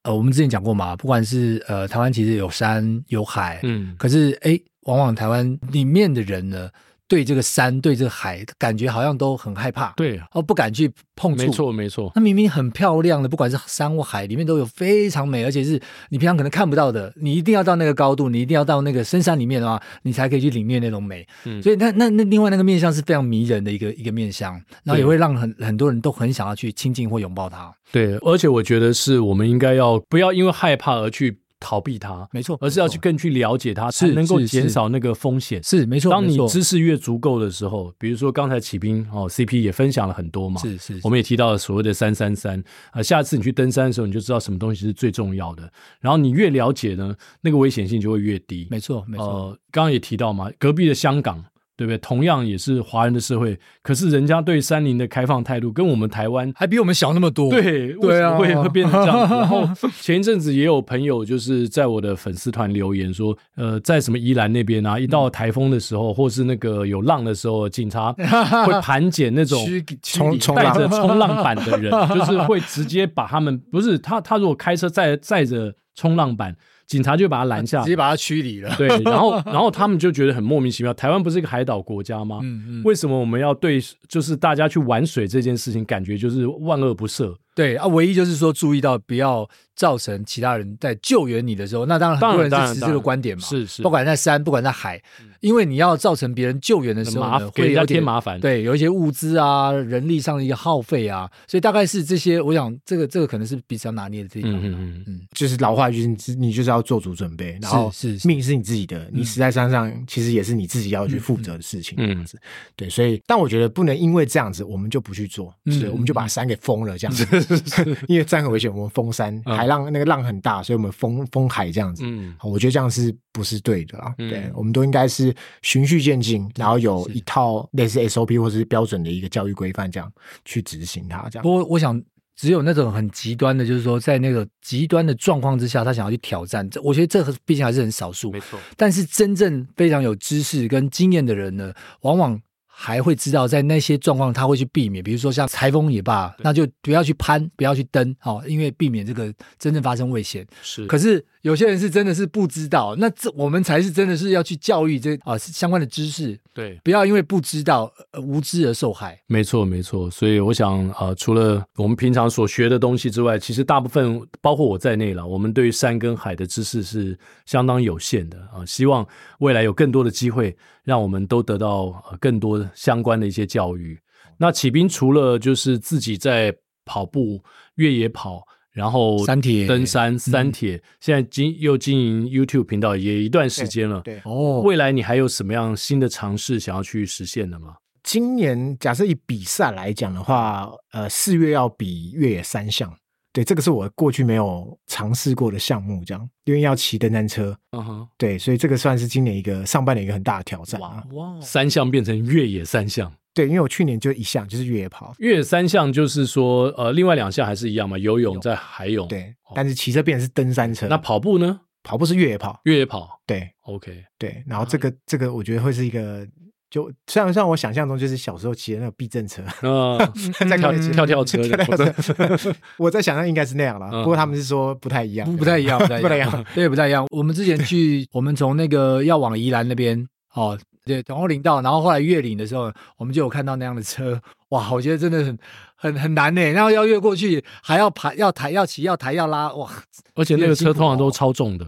呃，我们之前讲过嘛，不管是呃台湾其实有山有海，嗯，可是哎，往往台湾里面的人呢，对这个山、对这个海，感觉好像都很害怕，，对，啊而不敢去碰触。没错没错，那明明很漂亮的，不管是山或海，里面都有非常美，而且是你平常可能看不到的。你一定要到那个高度，你一定要到那个深山里面的话，你才可以去领略那种美。嗯所以那那那另外那个面相是非常迷人的一个一个面相，然后也会让很很多人都很想要去亲近或拥抱它。对，而且我觉得是我们应该要不要因为害怕而去逃避它，没错，而是要没错去更去了解它，才是能够是减是少那个风险。是没错。当没你错知识越足够的时候，比如说刚才启斌哦，CP 也分享了很多嘛，是是我们也提到了所谓的三三三啊，下次你去登山的时候，你就知道什么东西是最重要的，然后你越了解呢，那个危险性就会越低。没错没错，呃，刚刚也提到嘛，隔壁的香港，对不对？同样也是华人的社会，可是人家对山林的开放态度跟我们台湾还比我们小那么多。 *laughs* 对，为哦对什么啊会会变成这样子？然 *laughs* 后前一阵子也有朋友就是在我的粉丝团留言说，呃，在什么宜兰那边啊，一到台风的时候，或是那个有浪的时候，警察 *laughs* 会盘检那种驱驱冲冲带浪着冲浪板的 *laughs* 人，就是会直接把他们不是他他如果开车载载着冲浪板，警察就把他拦下啊直。接把它驱离了。对，然后然后他们就觉得很莫名其妙，台湾不是一个海岛国家吗？嗯嗯，为什么我们要对就是大家去玩水这件事情，感觉就是万恶不赦？对啊，唯一就是说注意到不要造成其他人在救援你的时候，那当然很当多然人当然是持当这个然观点嘛，是是嗯不管在山，不管在海，因为你要造成别人救援的时候麻呢，给会人有家点添麻烦。对，有一些物资啊、人力上的一个耗费啊，所以大概是这些，我想这个这个可能是比较拿捏的地方。嗯嗯嗯，就是老话一句，就是你就是要做足准备，然后是是命是你自己的，你死在山上其实也是你自己要去负责的事情，嗯嗯嗯这样子。对，所以但我觉得不能因为这样子，我们就不去做，嗯是我们就把山给封了这样子， *laughs* 因为山很危险，我们封山，海浪那个浪很大，所以我们封封海这样子。嗯好我觉得这样是不是对的啦？嗯对，我们都应该是循序渐进，然后有一套类似 SOP 或是标准的一个教育规范，这样去执行它。这样不过我想，只有那种很极端的，就是说在那个极端的状况之下，他想要去挑战，这我觉得这个毕竟还是很少数。没错，但是真正非常有知识跟经验的人呢，往往还会知道在那些状况他会去避免，比如说像台风也罢，那就不要去攀，不要去登，哦，因为避免这个真正发生危险。是。可是有些人是真的是不知道，那这我们才是真的是要去教育这啊、是相关的知识，对，不要因为不知道、呃、无知而受害。没错没错。所以我想，呃，除了我们平常所学的东西之外，其实大部分包括我在内了，我们对于山跟海的知识是相当有限的啊、希望未来有更多的机会，让我们都得到、呃、更多相关的一些教育。那启斌除了就是自己在跑步、越野跑，然后山铁登山、三铁，现在经又经营 YouTube 频道也一段时间了。对。哦未来你还有什么样新的尝试想要去实现的吗？今年假设以比赛来讲的话，呃，四月要比越野三项，对，这个是我过去没有尝试过的项目，这样，因为要骑登山车，嗯哼，对，所以这个算是今年一个上半年一个很大的挑战哦啊。哇，三项变成越野三项，对，因为我去年就一项就是越野跑，越野三项就是说，呃，另外两项还是一样嘛，游泳在海泳，对，但是骑车变成是登山车，哦那跑步呢？跑步是越野跑，越野跑对 *laughs* ，OK，对，然后啊这个这个我觉得会是一个。就虽然像我想象中，就是小时候骑的那个避震车，那 *laughs* 在高铁骑嗯跳跳车，跳跳车，我在想象应该是那样啦。嗯不过他们是说不太一样，不不太一样，不太不太一一样样，对，不太一样。我们之前去，我们从那个要往宜兰那边，哦，对，然后林道，然后后来越岭的时候，我们就有看到那样的车，哇，我觉得真的很很很难呢。然后要越过去，还要爬，要抬，要骑，要抬，要拉，哇，而且那个车通常都超重的，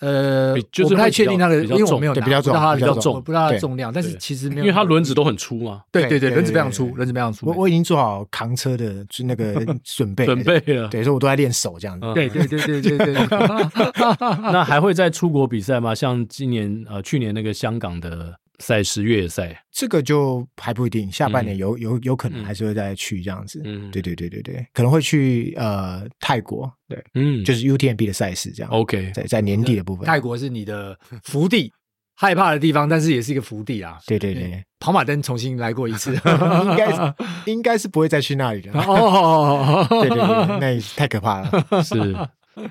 呃比，就是我不太会比较确定那个，比因较为我重没有对拿比较我不知道重它的比较重重我不知道它的对重量，但是对其实没因有，为它轮子都很粗啊嘛，对对对对，对轮子非常对对粗，对轮子非常粗，我我已经做好扛车的 *laughs* 就那个准备了准备了。对，所以我都在练手这样子。嗯对对对对对对对， *laughs* 那还会在出国比赛吗？像今年呃，去年那个香港的赛事越野赛，这个就还不一定，下半年有、有有可能嗯还是会再去这样子。嗯对对对对对，可能会去呃泰国，对，嗯，哦就是 UTMB 的赛事这样。 OK，在在年底的部分，泰国是你的福地，害怕的地方，但是也是一个福地啊。对对对，跑马灯重新来过一 *laughs* 次， *laughs* 应 *laughs* 该是应该是不会再去那里了。哦，*laughs* 对对对，那也是太可怕了。是，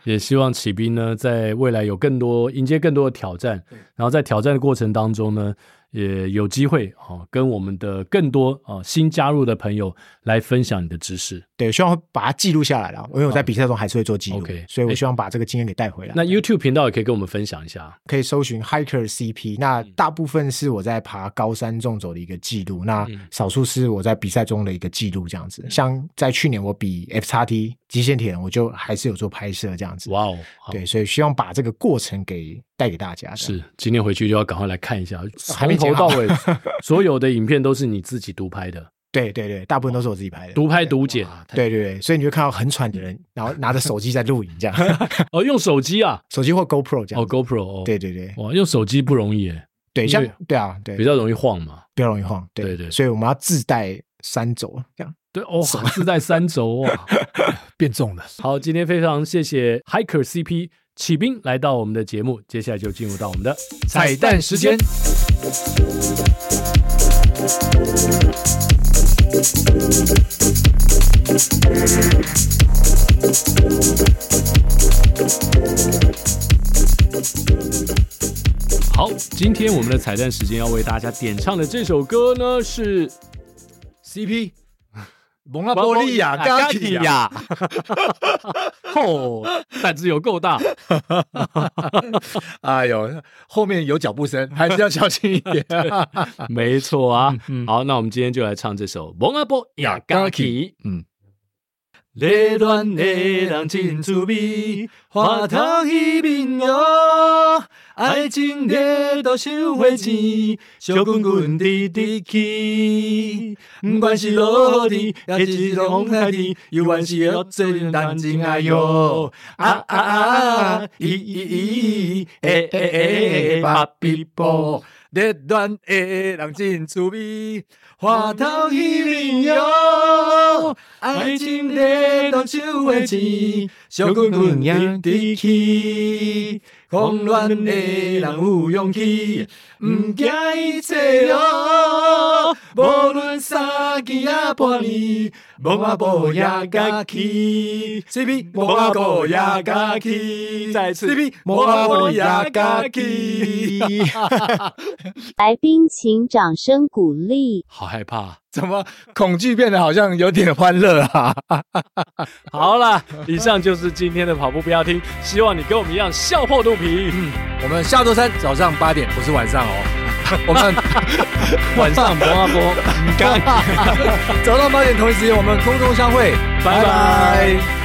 也希望启斌呢，在未来有更多迎接更多的挑战，然后在挑战的过程当中呢，也有机会哦，跟我们的更多哦新加入的朋友来分享你的知识。对，希望把它记录下来了，因为我在比赛中还是会做记录 OK，所以我哎希望把这个经验给带回来。那 YouTube 频道也可以跟我们分享一下。可以搜寻 hiker CP，那嗯大部分是我在爬高山纵走的一个记录，那嗯少数是我在比赛中的一个记录这样子。像在去年我比 F 叉 T 极限铁人，我就还是有做拍摄这样子。哇哦，好对，所以希望把这个过程给带给大家。是，今天回去就要赶快来看一下，从还没头剪到好尾 *laughs* 所有的影片都是你自己独拍的，对对 *laughs* 对，大部分都是我自己拍的。独拍独剪对对对，所以你会看到很喘的人，然后拿着手机在录影 *laughs* 这样，哦，用手机啊，手机或 GoPro 这样哦子。 GoPro 哦，对对对哇，用手机不容易耶，对，像因为对啊，对，比较容易晃嘛。比较容易晃。对对所以我们要自带三轴这样。对哦，是在三轴啊哇。变重了。好，今天非常谢谢 Hiker CP 启兵来到我们的节目，接下来就进入到我们的彩蛋时间，好，今天我们的彩蛋时间要为大家点唱的这首歌呢是 CP，蒙拉波利亚，嘎吉亚，亚， *laughs* 哦，胆子有够大。哎呦，后面有脚步声，还是要小心一点。没错啊。好，那我们今天就来唱这首《蒙阿波雅嘎奇》。嗯，热恋的人真趣味，花头戏面哦，爱情热度像火箭，烧滚滚滴滴去。不管是落地，也是风海地，永远是要做南京哎哟，啊啊啊，咦咦咦，诶诶诶，巴比波。热恋的人真趣味，花头喜面哟，爱情热到手的钱，小滚滚扬滴去，狂乱的人有勇气，毋惊一切哟，无论三更啊半夜，无啊无呀家去，CP 无啊无呀家去，再次 CP 无啊无呀家去。来宾请掌声鼓励。好害怕。啊怎么恐惧变得好像有点欢乐啊？ *laughs* 好了，以上就是今天的跑步不要听，希望你跟我们一样笑破肚皮。我们下周三早上八点，不是晚上哦， *laughs* 我们晚上蒙阿 *laughs* 波，嘎吉早上八点同一时间，我们空中相会，拜拜。